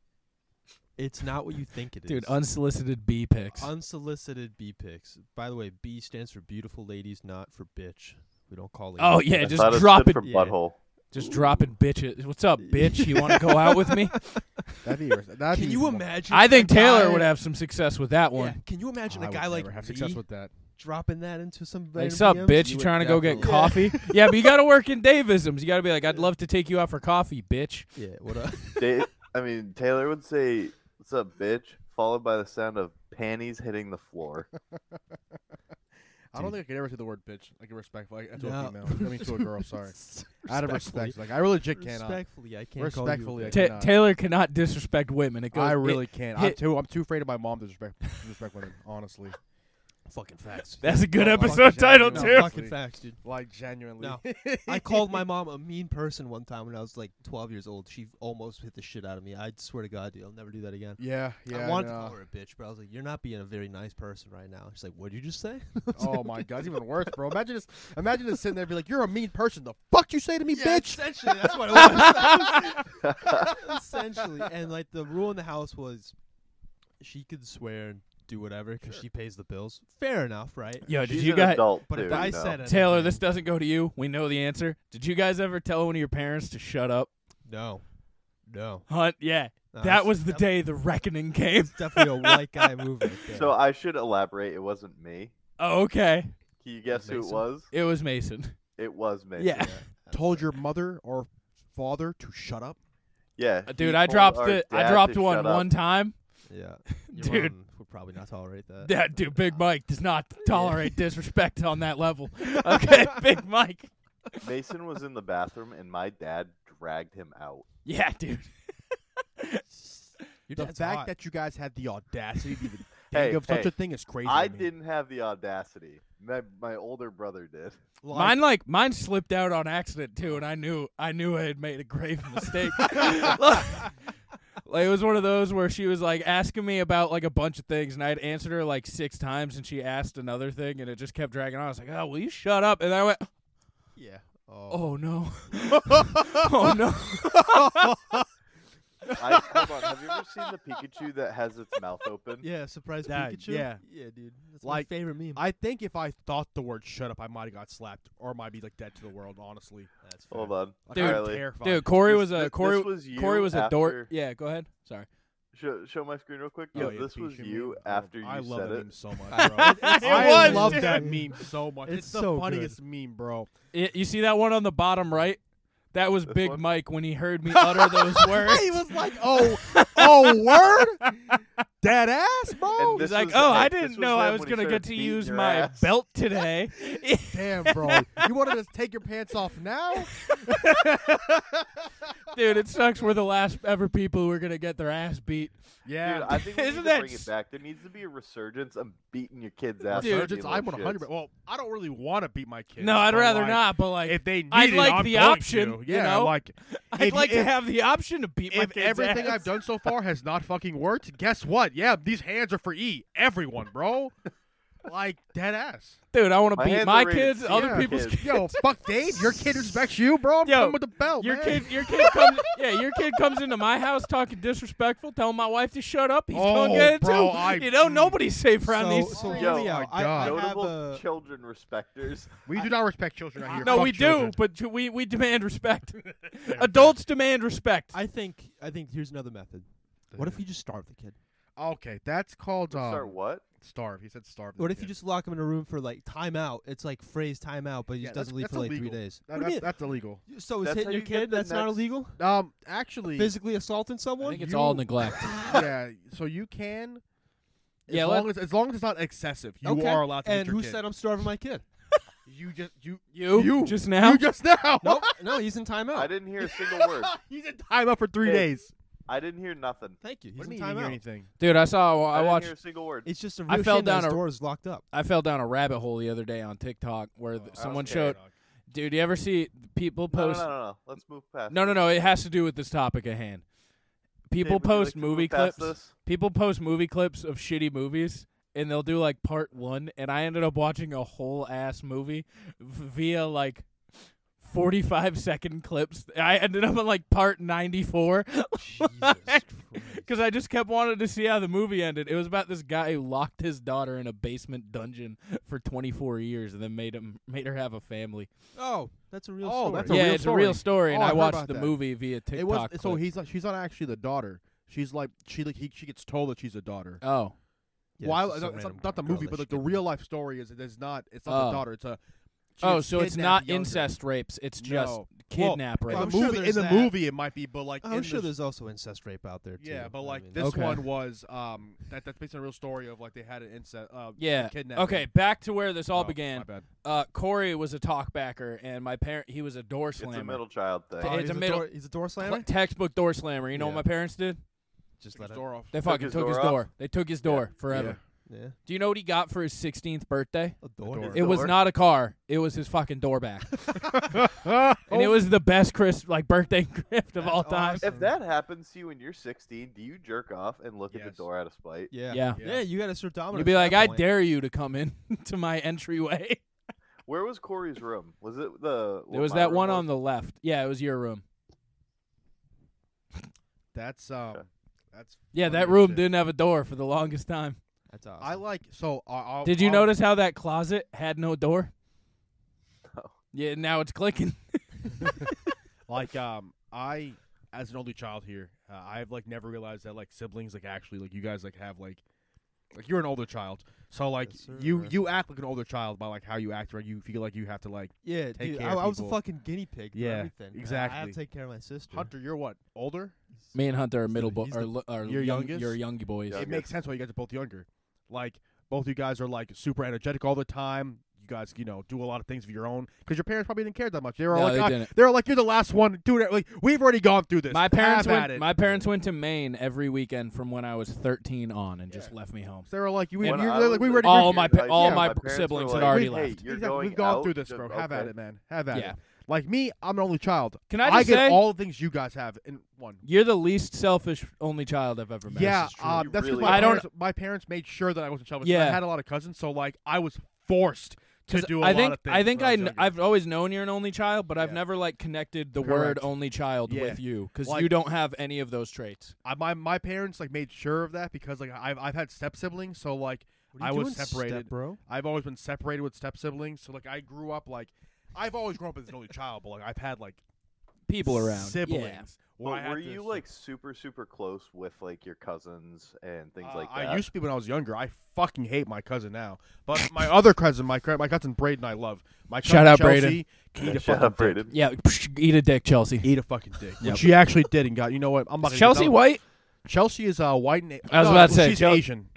[SPEAKER 2] it's not what you think it is,
[SPEAKER 1] Dude, unsolicited bee pics.
[SPEAKER 2] Unsolicited bee pics. By the way, B stands for beautiful ladies, not for bitch. We don't call it.
[SPEAKER 1] Oh, yeah,
[SPEAKER 7] I
[SPEAKER 1] just
[SPEAKER 7] thought it
[SPEAKER 1] drop
[SPEAKER 7] stood
[SPEAKER 1] it.
[SPEAKER 7] for
[SPEAKER 2] Yeah.
[SPEAKER 7] butthole.
[SPEAKER 1] Just dropping bitches. What's up, bitch? You want to go out with me?
[SPEAKER 3] That'd be. That'd
[SPEAKER 2] Can
[SPEAKER 3] be
[SPEAKER 2] you
[SPEAKER 3] more-
[SPEAKER 2] imagine?
[SPEAKER 1] I think
[SPEAKER 2] a guy-
[SPEAKER 1] Taylor would have some success with that
[SPEAKER 2] Yeah,
[SPEAKER 1] one.
[SPEAKER 2] Can you imagine
[SPEAKER 3] I
[SPEAKER 2] a
[SPEAKER 3] would
[SPEAKER 2] guy like
[SPEAKER 3] never have
[SPEAKER 2] me
[SPEAKER 3] success with that.
[SPEAKER 2] dropping that into some?
[SPEAKER 1] Like,
[SPEAKER 2] random
[SPEAKER 1] what's up,
[SPEAKER 2] DMs?
[SPEAKER 1] bitch?
[SPEAKER 2] You
[SPEAKER 1] You
[SPEAKER 2] would
[SPEAKER 1] trying to go get
[SPEAKER 2] definitely-
[SPEAKER 1] coffee? yeah, but you got to work in Davisms. You got to be like, I'd love to take you out for coffee, bitch.
[SPEAKER 2] Yeah. What up?
[SPEAKER 7] Da- I mean, Taylor would say, "What's up, bitch?" Followed by the sound of panties hitting the floor.
[SPEAKER 3] I don't think I could ever say the word bitch like respectfully like, to a
[SPEAKER 2] No.
[SPEAKER 3] female. I mean to a girl. Sorry, out of respect. Like I legit cannot.
[SPEAKER 2] Respectfully, I can't.
[SPEAKER 3] Respectfully, I
[SPEAKER 2] call you
[SPEAKER 1] Ta
[SPEAKER 2] a bitch.
[SPEAKER 3] can't. cannot.
[SPEAKER 1] Taylor cannot disrespect women. It goes.
[SPEAKER 3] I
[SPEAKER 1] it-
[SPEAKER 3] really can't. I'm
[SPEAKER 1] hit-
[SPEAKER 3] too. I'm too afraid of my mom to disrespect, to disrespect women. Honestly,
[SPEAKER 2] fucking facts.
[SPEAKER 1] that's a good
[SPEAKER 3] No,
[SPEAKER 1] episode
[SPEAKER 3] fucking
[SPEAKER 1] title
[SPEAKER 3] Jack,
[SPEAKER 2] no,
[SPEAKER 1] too.
[SPEAKER 2] fucking facts, dude.
[SPEAKER 3] like genuinely.
[SPEAKER 2] No. I called my mom a mean person one time when I was like 12 years old. She almost hit the shit out of me. I swear to God, dude, I'll never do that again.
[SPEAKER 3] Yeah, yeah.
[SPEAKER 2] I wanted
[SPEAKER 3] no.
[SPEAKER 2] to call her a bitch, but I was like, "You're not being a very nice person right now." She's like, "What did you just say?"
[SPEAKER 3] Oh my god, it's even worse, bro. Imagine just imagine just sitting there and be like, You're a mean person. The fuck you say to me, bitch?
[SPEAKER 2] Essentially, that's what it was. Essentially, and like the rule in the house was, she could swear and do whatever because she pays the bills. Fair enough, right?
[SPEAKER 1] Yo, did
[SPEAKER 7] She's
[SPEAKER 1] you
[SPEAKER 7] an
[SPEAKER 1] guys?
[SPEAKER 7] adult,
[SPEAKER 2] But
[SPEAKER 7] dude,
[SPEAKER 2] if I
[SPEAKER 7] no.
[SPEAKER 2] said it,
[SPEAKER 1] Taylor, this doesn't go to you. We know the answer. Did you guys ever tell one of your parents to shut up?
[SPEAKER 2] no, no,
[SPEAKER 1] Hunt, yeah.
[SPEAKER 2] No,
[SPEAKER 1] that
[SPEAKER 2] that's-
[SPEAKER 1] was the day the reckoning came.
[SPEAKER 2] It's definitely a white guy move. Right there.
[SPEAKER 3] uh,
[SPEAKER 7] So I should elaborate. It wasn't me.
[SPEAKER 1] Oh, okay.
[SPEAKER 7] Can you guess who it
[SPEAKER 2] Mason?
[SPEAKER 7] was?
[SPEAKER 1] It was Mason.
[SPEAKER 7] It was me.
[SPEAKER 1] Yeah.
[SPEAKER 3] Told your mother or father to shut up.
[SPEAKER 7] Yeah.
[SPEAKER 1] Uh,
[SPEAKER 7] he
[SPEAKER 1] Dude, I
[SPEAKER 7] told
[SPEAKER 1] dropped
[SPEAKER 7] our
[SPEAKER 1] it. I
[SPEAKER 7] dad
[SPEAKER 1] dropped
[SPEAKER 7] to
[SPEAKER 1] one
[SPEAKER 7] shut up.
[SPEAKER 1] one time.
[SPEAKER 2] yeah, Your
[SPEAKER 1] Dude.
[SPEAKER 2] mom would probably not tolerate that.
[SPEAKER 1] That dude, Big Mike does not tolerate disrespect on that level. Okay, Big Mike.
[SPEAKER 7] Mason was in the bathroom and my dad dragged him out.
[SPEAKER 1] Yeah, dude.
[SPEAKER 2] Your
[SPEAKER 3] The
[SPEAKER 2] dad's
[SPEAKER 3] fact
[SPEAKER 2] hot.
[SPEAKER 3] that you guys had the audacity to even think
[SPEAKER 7] Hey,
[SPEAKER 3] of such
[SPEAKER 7] hey,
[SPEAKER 3] a thing is crazy.
[SPEAKER 7] I
[SPEAKER 3] to me.
[SPEAKER 7] didn't have the audacity. My, my older brother did.
[SPEAKER 1] Mine like mine slipped out on accident too, and I knew I knew I had made a grave mistake. like, like, it was one of those where she was like asking me about like a bunch of things, and I had answered her like six times, and she asked another thing, and it just kept dragging on. I was like, "Oh, will you shut up?" And I went,
[SPEAKER 2] yeah.
[SPEAKER 1] "Oh no, oh no."
[SPEAKER 7] I, hold on. Have you ever seen the Pikachu that has its mouth open?
[SPEAKER 2] Yeah, surprise
[SPEAKER 3] That-
[SPEAKER 2] Pikachu.
[SPEAKER 3] yeah.
[SPEAKER 2] yeah, dude. That's
[SPEAKER 3] Like,
[SPEAKER 2] my favorite meme.
[SPEAKER 3] I think if I thought the word shut up, I might have got slapped or might be like dead to the world, honestly.
[SPEAKER 2] That's
[SPEAKER 7] Hold on.
[SPEAKER 3] Like,
[SPEAKER 1] Dude,
[SPEAKER 3] I'm
[SPEAKER 7] Riley,
[SPEAKER 3] terrified.
[SPEAKER 1] Dude, Corey
[SPEAKER 7] This-
[SPEAKER 1] was
[SPEAKER 7] thi-
[SPEAKER 1] a
[SPEAKER 7] this
[SPEAKER 1] Corey.
[SPEAKER 7] was you
[SPEAKER 1] Corey was a dork.
[SPEAKER 7] after-
[SPEAKER 1] Yeah, go ahead. Sorry.
[SPEAKER 7] Show, show my screen real quick.
[SPEAKER 3] Oh,
[SPEAKER 7] No,
[SPEAKER 3] yeah,
[SPEAKER 7] this was
[SPEAKER 3] Pikachu
[SPEAKER 7] you
[SPEAKER 3] meme.
[SPEAKER 7] after you
[SPEAKER 3] I love
[SPEAKER 7] said
[SPEAKER 3] that
[SPEAKER 7] it.
[SPEAKER 3] meme so much, bro. I
[SPEAKER 1] was,
[SPEAKER 3] love
[SPEAKER 1] dude.
[SPEAKER 3] that meme so much.
[SPEAKER 2] It's
[SPEAKER 3] It's, the
[SPEAKER 2] so good.
[SPEAKER 3] funniest meme, bro.
[SPEAKER 1] It, you see that one on the bottom right? That was
[SPEAKER 7] This
[SPEAKER 1] Big
[SPEAKER 7] one?
[SPEAKER 1] Mike when he heard me utter those words.
[SPEAKER 3] he was like, "Oh, oh, word, dead ass, bro."
[SPEAKER 7] And this
[SPEAKER 1] He's like,
[SPEAKER 7] was-
[SPEAKER 1] "Oh,
[SPEAKER 7] hey,
[SPEAKER 1] I
[SPEAKER 7] this
[SPEAKER 1] didn't
[SPEAKER 7] was
[SPEAKER 1] know I
[SPEAKER 7] them
[SPEAKER 1] was
[SPEAKER 7] when he
[SPEAKER 1] gonna
[SPEAKER 7] started
[SPEAKER 1] get to
[SPEAKER 7] beating
[SPEAKER 1] use
[SPEAKER 7] your
[SPEAKER 1] my
[SPEAKER 7] ass."
[SPEAKER 1] belt today."
[SPEAKER 3] Damn, bro, you wanted to take your pants off now?
[SPEAKER 1] Dude, it sucks. We're the last ever people who are gonna get their ass beat.
[SPEAKER 7] Dude, I think we
[SPEAKER 1] Isn't
[SPEAKER 7] need
[SPEAKER 1] that
[SPEAKER 7] to bring
[SPEAKER 1] s-
[SPEAKER 7] it back. There needs to be a resurgence of beating your kids' ass.
[SPEAKER 1] Dude,
[SPEAKER 7] for
[SPEAKER 3] Surgeons,
[SPEAKER 7] being
[SPEAKER 3] I'm
[SPEAKER 7] little
[SPEAKER 3] 100.
[SPEAKER 7] shits.
[SPEAKER 3] Well, I don't really want to beat my kids.
[SPEAKER 1] no, I'd
[SPEAKER 3] but,
[SPEAKER 1] rather
[SPEAKER 3] like,
[SPEAKER 1] not. But like,
[SPEAKER 3] If they need
[SPEAKER 1] I'd
[SPEAKER 3] it,
[SPEAKER 1] like
[SPEAKER 3] I'm
[SPEAKER 1] the
[SPEAKER 3] going
[SPEAKER 1] option,
[SPEAKER 3] to.
[SPEAKER 1] you
[SPEAKER 3] Yeah,
[SPEAKER 1] know?
[SPEAKER 3] like
[SPEAKER 1] I'd
[SPEAKER 3] if-
[SPEAKER 1] like to
[SPEAKER 3] if-
[SPEAKER 1] have the option to beat my
[SPEAKER 3] if
[SPEAKER 1] kid's
[SPEAKER 3] everything
[SPEAKER 1] ass.
[SPEAKER 3] I've done so far has not fucking worked, guess what? Yeah, these hands are for E. Everyone, bro. Like dead ass.
[SPEAKER 1] dude, I want to
[SPEAKER 7] My
[SPEAKER 1] beat
[SPEAKER 7] hands
[SPEAKER 1] my
[SPEAKER 7] are rated
[SPEAKER 1] kids,
[SPEAKER 7] C
[SPEAKER 1] other
[SPEAKER 7] for
[SPEAKER 1] people's
[SPEAKER 7] kids.
[SPEAKER 1] kids.
[SPEAKER 3] Yo, fuck Dave. Your kid respects you, bro. I'm
[SPEAKER 1] Yo,
[SPEAKER 3] coming with the belt.
[SPEAKER 1] Your
[SPEAKER 3] Oh, man.
[SPEAKER 1] kid, your kid comes. Yeah, your kid comes into my house talking disrespectful, telling my wife to shut up. He's gonna
[SPEAKER 3] Oh,
[SPEAKER 1] get it
[SPEAKER 3] bro,
[SPEAKER 1] too.
[SPEAKER 3] I-
[SPEAKER 1] you know, nobody's safe
[SPEAKER 2] so,
[SPEAKER 1] around these.
[SPEAKER 2] so
[SPEAKER 7] Yo,
[SPEAKER 2] Leo,
[SPEAKER 3] my
[SPEAKER 2] I,
[SPEAKER 3] God.
[SPEAKER 2] I have
[SPEAKER 7] Notable
[SPEAKER 2] a,
[SPEAKER 7] children respecters.
[SPEAKER 3] we do not respect children out here.
[SPEAKER 1] no,
[SPEAKER 3] Fuck
[SPEAKER 1] we
[SPEAKER 3] children.
[SPEAKER 1] do, but ju- we we demand respect. Adults demand respect.
[SPEAKER 2] I think I think here's another method. What if you just starve the kid?
[SPEAKER 3] Okay, that's called um,
[SPEAKER 7] Start what?
[SPEAKER 3] starve. He said starve.
[SPEAKER 2] What if you just lock him in a room for like timeout? It's like phrase timeout, but he
[SPEAKER 3] Yeah,
[SPEAKER 2] just
[SPEAKER 3] that's-
[SPEAKER 2] doesn't leave
[SPEAKER 3] that's
[SPEAKER 2] for like
[SPEAKER 3] illegal.
[SPEAKER 2] three days.
[SPEAKER 3] That,
[SPEAKER 2] what do you
[SPEAKER 3] that's, that's illegal.
[SPEAKER 2] mean? So is
[SPEAKER 7] that's
[SPEAKER 2] hitting
[SPEAKER 7] how
[SPEAKER 2] your
[SPEAKER 7] you get
[SPEAKER 2] kid
[SPEAKER 7] the
[SPEAKER 2] that's not
[SPEAKER 7] next-
[SPEAKER 2] illegal?
[SPEAKER 3] Um, actually,
[SPEAKER 2] Physically assaulting someone?
[SPEAKER 3] think it's all
[SPEAKER 1] neglect.
[SPEAKER 3] yeah. So you can. As
[SPEAKER 1] Yeah, let-
[SPEAKER 3] long as, as long as it's not excessive, you
[SPEAKER 2] okay.
[SPEAKER 3] are allowed to.
[SPEAKER 2] And
[SPEAKER 3] hit your
[SPEAKER 2] who
[SPEAKER 3] kid.
[SPEAKER 2] said I'm starving my kid?
[SPEAKER 3] You just you
[SPEAKER 1] You,
[SPEAKER 3] you
[SPEAKER 1] just now.
[SPEAKER 3] You just now.
[SPEAKER 2] No, no, he's in timeout.
[SPEAKER 7] I didn't hear a single word.
[SPEAKER 3] He's in timeout for three
[SPEAKER 7] Hey,
[SPEAKER 3] days.
[SPEAKER 7] I didn't hear nothing.
[SPEAKER 2] Thank you. He's
[SPEAKER 3] What do
[SPEAKER 2] in
[SPEAKER 3] you mean you didn't hear
[SPEAKER 2] timeout.
[SPEAKER 3] anything?
[SPEAKER 1] Dude, I saw.
[SPEAKER 7] I, didn't hear a single word.
[SPEAKER 2] It's just a real
[SPEAKER 1] I fell
[SPEAKER 2] shame that
[SPEAKER 1] down
[SPEAKER 2] his
[SPEAKER 1] a-
[SPEAKER 2] door is locked up.
[SPEAKER 1] I fell down a rabbit hole the other day on TikTok where
[SPEAKER 3] Oh,
[SPEAKER 1] th- someone showed. Dude, you ever see people
[SPEAKER 7] no, no,
[SPEAKER 1] post?
[SPEAKER 7] no, no, no. Let's move past.
[SPEAKER 1] no, no,
[SPEAKER 7] this.
[SPEAKER 1] no, It has to do with this topic at hand.
[SPEAKER 7] Dave,
[SPEAKER 1] People
[SPEAKER 7] would you like
[SPEAKER 1] post
[SPEAKER 7] to move
[SPEAKER 1] movie
[SPEAKER 7] past
[SPEAKER 1] clips.
[SPEAKER 7] this?
[SPEAKER 1] People post movie clips of shitty movies, and they'll do like part one. And I ended up watching a whole ass movie v- via like. 45 second clips. I ended up on like part 94
[SPEAKER 2] Jesus
[SPEAKER 1] Like-
[SPEAKER 2] Christ.
[SPEAKER 1] because I just kept wanting to see how the movie ended. It was about this guy who locked his daughter in a basement dungeon for 24 years and then made him made her have a family.
[SPEAKER 2] Oh, that's a real
[SPEAKER 3] Oh,
[SPEAKER 2] story.
[SPEAKER 3] that's a
[SPEAKER 1] yeah,
[SPEAKER 3] real
[SPEAKER 1] it's a real story, and
[SPEAKER 3] Oh,
[SPEAKER 1] I
[SPEAKER 3] I heard
[SPEAKER 1] watched
[SPEAKER 3] about
[SPEAKER 1] the
[SPEAKER 3] that.
[SPEAKER 1] movie via TikTok.
[SPEAKER 3] It was so
[SPEAKER 1] clip.
[SPEAKER 3] he's not, she's not actually the daughter. She's like she like he, she gets told that she's a daughter.
[SPEAKER 1] oh
[SPEAKER 2] Yeah,
[SPEAKER 3] Why?
[SPEAKER 2] it's just
[SPEAKER 3] no,
[SPEAKER 2] a
[SPEAKER 3] it's
[SPEAKER 2] random
[SPEAKER 3] not the
[SPEAKER 2] girl
[SPEAKER 3] movie,
[SPEAKER 2] that
[SPEAKER 3] but
[SPEAKER 2] she
[SPEAKER 3] like the
[SPEAKER 2] did.
[SPEAKER 3] real life story is it is not. It's not
[SPEAKER 1] Oh.
[SPEAKER 3] the daughter. It's a
[SPEAKER 1] Oh, so it's
[SPEAKER 2] kidnap
[SPEAKER 1] not
[SPEAKER 2] younger.
[SPEAKER 1] incest rapes. It's just
[SPEAKER 3] No.
[SPEAKER 1] kidnap
[SPEAKER 3] In
[SPEAKER 2] Well,
[SPEAKER 3] the
[SPEAKER 2] I'm
[SPEAKER 1] rapes.
[SPEAKER 2] sure
[SPEAKER 3] movie, in
[SPEAKER 2] there's
[SPEAKER 3] the
[SPEAKER 2] that.
[SPEAKER 3] movie, it might be, but like
[SPEAKER 2] I'm
[SPEAKER 3] in
[SPEAKER 2] sure
[SPEAKER 3] the,
[SPEAKER 2] there's also incest rape out there too.
[SPEAKER 3] Yeah, but
[SPEAKER 2] I
[SPEAKER 3] like
[SPEAKER 2] mean,
[SPEAKER 3] this
[SPEAKER 1] Okay.
[SPEAKER 3] one was um that that's based on a real story of like they had an incest uh,
[SPEAKER 1] Yeah.
[SPEAKER 3] kidnapping.
[SPEAKER 1] Okay, back to where this all
[SPEAKER 3] Oh,
[SPEAKER 1] began.
[SPEAKER 3] My bad.
[SPEAKER 1] Uh, Corey was a talkbacker, and my parent he was a door
[SPEAKER 7] It's a
[SPEAKER 1] slammer.
[SPEAKER 7] middle child thing.
[SPEAKER 1] Oh,
[SPEAKER 2] he's
[SPEAKER 1] it's a middle-
[SPEAKER 2] door, he's a door
[SPEAKER 1] Cl-
[SPEAKER 2] slammer.
[SPEAKER 1] textbook door slammer. You know what
[SPEAKER 2] Yeah.
[SPEAKER 1] my parents did?
[SPEAKER 2] Just
[SPEAKER 3] Took
[SPEAKER 2] let
[SPEAKER 3] his
[SPEAKER 2] it.
[SPEAKER 3] door off.
[SPEAKER 1] They fucking
[SPEAKER 7] his
[SPEAKER 1] took his
[SPEAKER 7] door off?
[SPEAKER 1] door. They took his door forever.
[SPEAKER 2] Yeah,
[SPEAKER 1] Do you know what he got for his 16th birthday?
[SPEAKER 2] a door.
[SPEAKER 3] door.
[SPEAKER 1] It was
[SPEAKER 7] Door?
[SPEAKER 1] not a car. It was his fucking door back. and it was the best Chris like birthday gift of all
[SPEAKER 2] That's
[SPEAKER 1] time.
[SPEAKER 2] awesome.
[SPEAKER 7] If that happens to you when you're 16, do you jerk off and look at
[SPEAKER 3] Yes.
[SPEAKER 7] the door out of spite?
[SPEAKER 2] Yeah.
[SPEAKER 1] Yeah.
[SPEAKER 2] yeah, You got to serve dominance.
[SPEAKER 1] You'd be
[SPEAKER 2] at
[SPEAKER 1] like,
[SPEAKER 2] that
[SPEAKER 1] I
[SPEAKER 2] point.
[SPEAKER 1] dare you to come in to my entryway.
[SPEAKER 7] Where was Corey's room? Was it the?
[SPEAKER 1] There was that one on the left. Yeah, it was your room.
[SPEAKER 3] That's um that's
[SPEAKER 1] Yeah, that
[SPEAKER 3] funny as
[SPEAKER 1] room
[SPEAKER 3] shit.
[SPEAKER 1] didn't have a door for the longest time.
[SPEAKER 2] That's awesome.
[SPEAKER 3] I like so I I'll,
[SPEAKER 1] Did you
[SPEAKER 3] I'll-
[SPEAKER 1] notice how that closet had no door?
[SPEAKER 3] Oh.
[SPEAKER 7] No.
[SPEAKER 1] Yeah, now it's clicking.
[SPEAKER 3] like um I as an only child here, uh, I've like never realized that like siblings like actually like you guys like have like like you're an older child. So like
[SPEAKER 2] Yes, sir.
[SPEAKER 3] you you act like an older child by like how you act right you feel like you have to like
[SPEAKER 2] Yeah,
[SPEAKER 3] Take
[SPEAKER 2] dude,
[SPEAKER 3] care
[SPEAKER 2] I,
[SPEAKER 3] of
[SPEAKER 2] I was a
[SPEAKER 3] people.
[SPEAKER 2] fucking guinea pig. for
[SPEAKER 3] Yeah,
[SPEAKER 2] everything. man. I had
[SPEAKER 3] exactly.
[SPEAKER 2] to take care of my sister.
[SPEAKER 3] Hunter, you're what? Older?
[SPEAKER 1] Me and Hunter are middle
[SPEAKER 2] the-
[SPEAKER 1] boy,
[SPEAKER 2] he's
[SPEAKER 1] are,
[SPEAKER 2] the-
[SPEAKER 1] lo- are
[SPEAKER 3] Your
[SPEAKER 1] young,
[SPEAKER 3] youngest?
[SPEAKER 1] Your youngy boys.
[SPEAKER 7] Yeah.
[SPEAKER 3] it makes sense why you guys are both younger. Like both you guys are like super energetic all the time. You guys, you know, do a lot of things of your own because your parents probably didn't care that much. They were
[SPEAKER 1] No,
[SPEAKER 3] like,
[SPEAKER 1] they
[SPEAKER 3] "Ah,
[SPEAKER 1] didn't.
[SPEAKER 3] they were like, you're the last one, dude. Like we've already gone through this.
[SPEAKER 1] My parents
[SPEAKER 3] Have at
[SPEAKER 1] went.
[SPEAKER 3] it."
[SPEAKER 1] My parents went to Maine every weekend from when I was 13 on, and just left me home.
[SPEAKER 3] So they were like, you,
[SPEAKER 7] When
[SPEAKER 3] you're
[SPEAKER 7] I
[SPEAKER 3] like,
[SPEAKER 7] was
[SPEAKER 3] we
[SPEAKER 7] in
[SPEAKER 3] already
[SPEAKER 1] All
[SPEAKER 3] you're-
[SPEAKER 1] Oh, my
[SPEAKER 7] junior
[SPEAKER 1] pa-
[SPEAKER 7] high
[SPEAKER 1] all
[SPEAKER 7] school,
[SPEAKER 1] my
[SPEAKER 7] parents were
[SPEAKER 1] siblings had
[SPEAKER 7] like,
[SPEAKER 1] already
[SPEAKER 7] "Hey,
[SPEAKER 1] left."
[SPEAKER 7] you're
[SPEAKER 3] exactly,
[SPEAKER 7] going
[SPEAKER 3] we've gone
[SPEAKER 7] out?
[SPEAKER 3] through this,
[SPEAKER 7] Just-
[SPEAKER 3] bro. Have at
[SPEAKER 7] okay.
[SPEAKER 3] it, man. Have at
[SPEAKER 1] Yeah.
[SPEAKER 3] it. Like me, I'm an only child.
[SPEAKER 1] Can I just
[SPEAKER 3] get
[SPEAKER 1] say-
[SPEAKER 3] all the things you guys have in one.
[SPEAKER 1] You're the least selfish only child I've ever met.
[SPEAKER 3] Yeah,
[SPEAKER 2] is true.
[SPEAKER 3] um,
[SPEAKER 7] You
[SPEAKER 3] that's 'cause
[SPEAKER 7] really
[SPEAKER 3] my
[SPEAKER 1] are. I don't-
[SPEAKER 3] parents, my parents made sure that I wasn't childless.
[SPEAKER 1] Yeah.
[SPEAKER 3] I had a lot of cousins, so like I was forced to
[SPEAKER 1] 'Cause
[SPEAKER 3] do a
[SPEAKER 1] I
[SPEAKER 3] lot
[SPEAKER 1] think
[SPEAKER 3] of things.
[SPEAKER 1] I think
[SPEAKER 3] when
[SPEAKER 1] I
[SPEAKER 3] was
[SPEAKER 1] kn-
[SPEAKER 3] younger.
[SPEAKER 1] I've always known you're an only child, but I've
[SPEAKER 3] Yeah.
[SPEAKER 1] never like connected the word
[SPEAKER 3] Correct.
[SPEAKER 1] only child
[SPEAKER 3] Yeah.
[SPEAKER 1] with you because
[SPEAKER 3] Like-
[SPEAKER 1] you don't have any of those traits.
[SPEAKER 3] I, my my parents like made sure of that because like I've I've had step siblings, so like
[SPEAKER 2] What are
[SPEAKER 3] I
[SPEAKER 2] you
[SPEAKER 3] was
[SPEAKER 2] doing,
[SPEAKER 3] separated.
[SPEAKER 2] step bro.
[SPEAKER 3] I've always been separated with step siblings, so like I grew up like I've always grown up as an only child, but like I've had like
[SPEAKER 1] People around.
[SPEAKER 3] siblings.
[SPEAKER 1] Yeah.
[SPEAKER 3] where I
[SPEAKER 7] But
[SPEAKER 3] had
[SPEAKER 7] were
[SPEAKER 3] to-
[SPEAKER 7] you like super super close with like your cousins and things
[SPEAKER 3] Uh,
[SPEAKER 7] like that?
[SPEAKER 3] I used to be when I was younger. I fucking hate my cousin now, but my other cousin, my cou- my cousin Braden, I love. My cousin
[SPEAKER 1] Shout out
[SPEAKER 3] Chelsea,
[SPEAKER 1] Braden.
[SPEAKER 3] can eat a
[SPEAKER 7] Shut
[SPEAKER 3] fucking
[SPEAKER 7] up,
[SPEAKER 3] dick.
[SPEAKER 7] Braden.
[SPEAKER 1] Yeah. eat a dick, Chelsea.
[SPEAKER 3] Eat a fucking dick.
[SPEAKER 1] Yep.
[SPEAKER 3] Which she actually did and got. You know what? I'm not.
[SPEAKER 1] Is
[SPEAKER 3] gonna get
[SPEAKER 1] Chelsea
[SPEAKER 3] that-
[SPEAKER 1] White.
[SPEAKER 3] Chelsea is uh, white. And,
[SPEAKER 1] I was about
[SPEAKER 3] no,
[SPEAKER 1] to
[SPEAKER 3] well,
[SPEAKER 1] say,
[SPEAKER 3] she's
[SPEAKER 1] Chel-
[SPEAKER 3] Asian.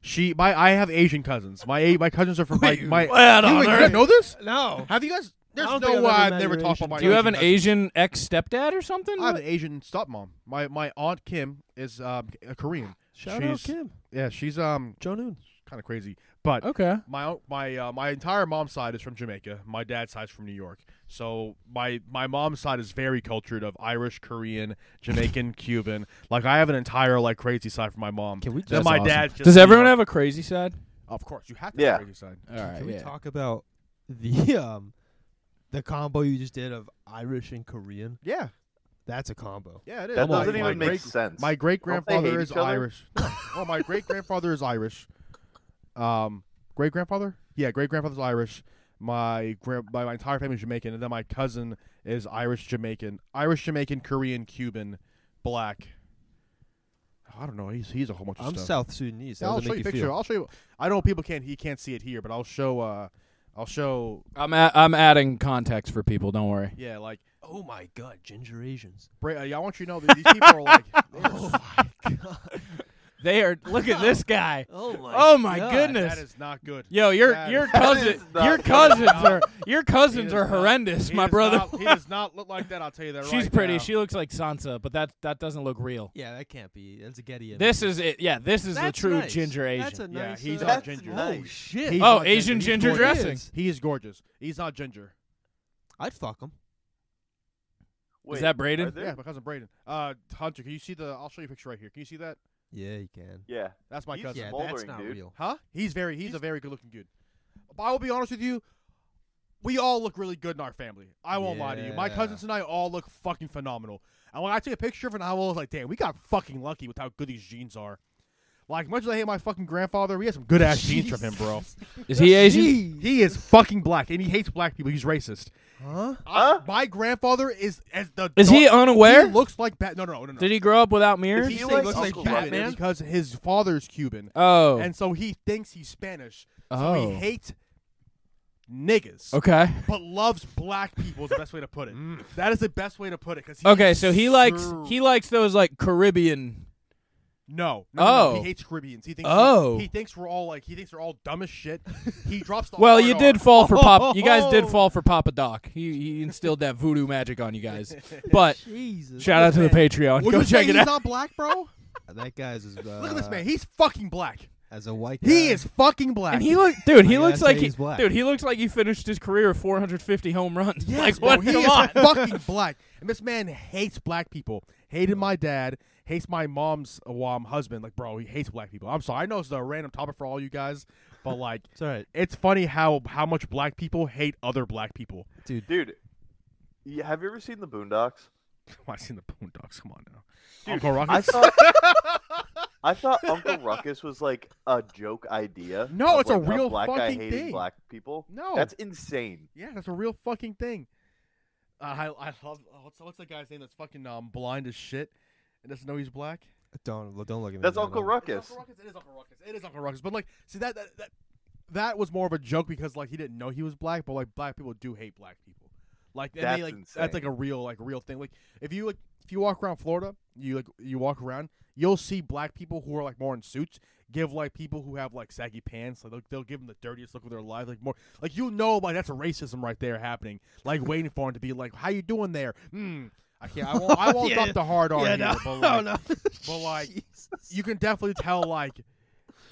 [SPEAKER 3] She, my, I have Asian cousins. My, A- my cousins are from
[SPEAKER 1] Wait,
[SPEAKER 3] my. my
[SPEAKER 1] what
[SPEAKER 3] you,
[SPEAKER 1] on
[SPEAKER 3] you
[SPEAKER 1] earth?
[SPEAKER 3] guys know this?
[SPEAKER 2] No.
[SPEAKER 3] Have you guys? There's
[SPEAKER 2] don't
[SPEAKER 3] no
[SPEAKER 2] think I've
[SPEAKER 3] way
[SPEAKER 2] ever
[SPEAKER 3] I've
[SPEAKER 2] met
[SPEAKER 3] never
[SPEAKER 2] your
[SPEAKER 3] talked
[SPEAKER 2] Asian
[SPEAKER 3] about my.
[SPEAKER 1] Do you have an
[SPEAKER 3] cousins.
[SPEAKER 1] Asian ex stepdad or something?
[SPEAKER 3] I have an Asian stepmom. My my aunt Kim is um, a Korean.
[SPEAKER 2] Shout out
[SPEAKER 3] she's,
[SPEAKER 2] Kim,
[SPEAKER 3] Yeah, she's um
[SPEAKER 2] Jonoon.
[SPEAKER 3] kind of crazy, but
[SPEAKER 1] Okay.
[SPEAKER 3] my my uh, my entire mom's side is from Jamaica. My dad's side's from New York. So my my mom's side is very cultured of Irish, Korean, Jamaican, Cuban. Like I have an entire like crazy side from my mom.
[SPEAKER 2] Can we
[SPEAKER 3] Then
[SPEAKER 2] just-
[SPEAKER 3] my
[SPEAKER 2] That's awesome.
[SPEAKER 3] dad's just
[SPEAKER 1] Does
[SPEAKER 3] the,
[SPEAKER 1] everyone
[SPEAKER 3] uh,
[SPEAKER 1] have a crazy side?
[SPEAKER 3] Of course, you have to have a
[SPEAKER 7] Yeah.
[SPEAKER 3] crazy side.
[SPEAKER 1] All right.
[SPEAKER 2] Can we
[SPEAKER 1] yeah.
[SPEAKER 2] talk about the um the combo you just did of Irish and Korean?
[SPEAKER 3] Yeah,
[SPEAKER 2] That's a combo.
[SPEAKER 3] yeah, it is.
[SPEAKER 7] That
[SPEAKER 2] my-
[SPEAKER 7] doesn't
[SPEAKER 2] my
[SPEAKER 7] even make
[SPEAKER 3] great-
[SPEAKER 7] sense.
[SPEAKER 3] My great
[SPEAKER 7] hate
[SPEAKER 3] grandfather is
[SPEAKER 7] each other?
[SPEAKER 3] Irish. No. oh, my great grandfather is Irish. Um, great grandfather? Yeah, great grandfather's Irish. My grand, my, my entire family is Jamaican, and then my cousin is Irish Jamaican, Irish Jamaican, Korean, Cuban, black. I don't know. He's he's a whole bunch of
[SPEAKER 2] I'm
[SPEAKER 3] stuff.
[SPEAKER 2] South Sudanese.
[SPEAKER 3] Yeah,
[SPEAKER 2] How
[SPEAKER 3] I'll
[SPEAKER 2] does it
[SPEAKER 3] show you
[SPEAKER 2] make
[SPEAKER 3] a picture.
[SPEAKER 2] feel?
[SPEAKER 3] I'll show you. I know people can't. He can't see it here, but I'll show. Uh, I'll show.
[SPEAKER 1] I'm a- I'm adding context for people. Don't worry.
[SPEAKER 3] Yeah, like
[SPEAKER 2] Oh my God, ginger Asians.
[SPEAKER 3] Bra- uh, yeah, I want you to know that these people are like. they are
[SPEAKER 2] Oh my God.
[SPEAKER 1] They are. Look at this guy.
[SPEAKER 2] Oh my.
[SPEAKER 1] Oh my
[SPEAKER 2] God.
[SPEAKER 1] goodness.
[SPEAKER 3] That is not good.
[SPEAKER 1] Yo, your
[SPEAKER 3] That
[SPEAKER 1] your
[SPEAKER 3] is-
[SPEAKER 1] cousin,
[SPEAKER 7] not
[SPEAKER 1] your
[SPEAKER 7] good.
[SPEAKER 1] cousins are your cousins
[SPEAKER 3] He
[SPEAKER 1] are
[SPEAKER 3] does not-
[SPEAKER 1] horrendous,
[SPEAKER 3] he
[SPEAKER 1] my
[SPEAKER 3] does
[SPEAKER 1] brother.
[SPEAKER 3] not- he does not look like that. I'll tell you that.
[SPEAKER 1] She's
[SPEAKER 3] right
[SPEAKER 1] pretty.
[SPEAKER 3] now.
[SPEAKER 1] She looks like Sansa, but that that doesn't look real.
[SPEAKER 2] Yeah, that can't be. That's a Getty.
[SPEAKER 1] This is it. Yeah, this is
[SPEAKER 2] That's
[SPEAKER 1] the true
[SPEAKER 2] nice.
[SPEAKER 1] ginger Asian.
[SPEAKER 2] That's a
[SPEAKER 3] Yeah,
[SPEAKER 2] nice.
[SPEAKER 3] he's
[SPEAKER 2] uh,
[SPEAKER 3] not ginger.
[SPEAKER 2] Oh shit.
[SPEAKER 3] He's
[SPEAKER 1] oh,
[SPEAKER 3] not
[SPEAKER 1] Asian
[SPEAKER 3] He's
[SPEAKER 1] ginger
[SPEAKER 3] gorgeous.
[SPEAKER 1] dressing.
[SPEAKER 3] He is gorgeous. He's not ginger.
[SPEAKER 2] I'd fuck him.
[SPEAKER 7] Wait,
[SPEAKER 1] that Braden?
[SPEAKER 7] are there-
[SPEAKER 3] Yeah, my cousin Braden. Uh, Hunter, can you see the? I'll show you a picture right here. Can you see that?
[SPEAKER 2] Yeah, you can.
[SPEAKER 7] Yeah.
[SPEAKER 3] That's my
[SPEAKER 7] He's
[SPEAKER 3] cousin.
[SPEAKER 2] Yeah, that's
[SPEAKER 7] smoldering,
[SPEAKER 2] not
[SPEAKER 7] dude.
[SPEAKER 2] real.
[SPEAKER 3] Huh? He's very. He's, a very good-looking dude. But I will be honest with you. We all look really good in our family. I won't lie to you. My
[SPEAKER 2] Yeah.
[SPEAKER 3] cousins and I all look fucking phenomenal. And when I took a picture of it, I was like, "Damn, we got fucking lucky with how good these jeans are." Like, much as I hate my fucking grandfather, we had some good ass jeans from him, bro.
[SPEAKER 1] Is he Asian?
[SPEAKER 3] He is fucking black, and he hates black people. He's racist.
[SPEAKER 2] Huh?
[SPEAKER 3] I- my grandfather is as the
[SPEAKER 1] Is he
[SPEAKER 3] dark-
[SPEAKER 1] unaware?
[SPEAKER 3] He looks like Bat. No, no, no, no. no.
[SPEAKER 1] Did he grow up without mirrors?
[SPEAKER 7] Did
[SPEAKER 3] He
[SPEAKER 7] you
[SPEAKER 3] say he
[SPEAKER 7] like
[SPEAKER 3] looks like
[SPEAKER 7] Uncle
[SPEAKER 3] Batman
[SPEAKER 7] Batman?
[SPEAKER 3] because his father's Cuban,
[SPEAKER 1] oh,
[SPEAKER 3] and so he thinks he's Spanish. So
[SPEAKER 1] Oh.
[SPEAKER 3] he hates niggas,
[SPEAKER 1] Okay. Mm.
[SPEAKER 3] but loves black people is the best way to put it. That is the best way to put it. Cause he
[SPEAKER 1] Okay, so he likes
[SPEAKER 3] ser-
[SPEAKER 1] he likes those like Caribbean.
[SPEAKER 3] No, no, no, no,
[SPEAKER 1] Oh.
[SPEAKER 3] he hates Caribbeans. He thinks
[SPEAKER 1] Oh.
[SPEAKER 3] he, thinks we're all like he thinks they're all dumb as shit. He drops the
[SPEAKER 1] Well,
[SPEAKER 3] hard
[SPEAKER 1] you
[SPEAKER 3] R.
[SPEAKER 1] did fall for Pop. You guys did fall for Papa Doc. He, he instilled that voodoo magic on you guys. But
[SPEAKER 2] Jesus.
[SPEAKER 1] shout out to the Patreon.
[SPEAKER 3] Well,
[SPEAKER 1] Go
[SPEAKER 3] you
[SPEAKER 1] check
[SPEAKER 3] saying
[SPEAKER 1] it
[SPEAKER 3] he's
[SPEAKER 1] out.
[SPEAKER 3] Not black, bro.
[SPEAKER 2] That guy's as uh,
[SPEAKER 3] Look at this man. He's fucking black.
[SPEAKER 2] as a white.
[SPEAKER 3] He
[SPEAKER 2] guy.
[SPEAKER 3] is fucking black.
[SPEAKER 1] And he look, dude.
[SPEAKER 2] I
[SPEAKER 1] He
[SPEAKER 2] gotta
[SPEAKER 1] looks
[SPEAKER 2] say
[SPEAKER 1] like he,
[SPEAKER 2] he's black.
[SPEAKER 1] dude. He looks like he finished his career with 450 home runs.
[SPEAKER 3] Yes,
[SPEAKER 1] like
[SPEAKER 3] bro,
[SPEAKER 1] what?
[SPEAKER 3] He
[SPEAKER 1] Come
[SPEAKER 3] is
[SPEAKER 1] on.
[SPEAKER 3] fucking black. And this man hates black people. Hated my dad. Hates my mom's uh, um, husband. Like, bro, he hates black people. I'm sorry. I know it's a random topic for all you guys, but like,
[SPEAKER 2] It's all right,
[SPEAKER 3] it's funny how how much black people hate other black people.
[SPEAKER 2] dude.
[SPEAKER 7] Dude, you, have you ever seen the Boondocks?
[SPEAKER 3] I've seen the Boondocks. Come on now.
[SPEAKER 7] Dude,
[SPEAKER 3] Uncle Ruckus?
[SPEAKER 7] I thought, I thought Uncle Ruckus was like a joke idea.
[SPEAKER 3] No,
[SPEAKER 7] of,
[SPEAKER 3] it's a
[SPEAKER 7] like,
[SPEAKER 3] real
[SPEAKER 7] black guy
[SPEAKER 3] fucking
[SPEAKER 7] hating
[SPEAKER 3] thing.
[SPEAKER 7] Black people.
[SPEAKER 3] No.
[SPEAKER 7] that's insane.
[SPEAKER 3] Yeah, that's a real fucking thing. Uh, I I love oh, what's what's that guy's name that's fucking um blind as shit and doesn't know he's black.
[SPEAKER 2] Don't look- don't look at me.
[SPEAKER 7] That's
[SPEAKER 2] no,
[SPEAKER 7] Uncle
[SPEAKER 2] no.
[SPEAKER 7] Ruckus.
[SPEAKER 3] It's Uncle Ruckus. It is Uncle Ruckus. It is Uncle Ruckus. But like, see that that that, that was more of a joke because like he didn't know he was black, but like black people do hate black people. Like and
[SPEAKER 7] That's
[SPEAKER 3] they, like
[SPEAKER 7] insane.
[SPEAKER 3] that's like a real like real thing. Like if you like if you walk around Florida, you like you walk around, you'll see black people who are like more in suits give like people who have like saggy pants like they'll, they'll give them the dirtiest look of their life like more like you know like that's a racism right there happening like waiting for him to be like how you doing there mm. I can't I won't, I won't
[SPEAKER 2] Yeah.
[SPEAKER 3] drop the hard R
[SPEAKER 2] Yeah,
[SPEAKER 3] here
[SPEAKER 2] no, Oh,
[SPEAKER 3] but like,
[SPEAKER 2] no, no.
[SPEAKER 3] but like
[SPEAKER 2] Jesus.
[SPEAKER 3] you can definitely tell like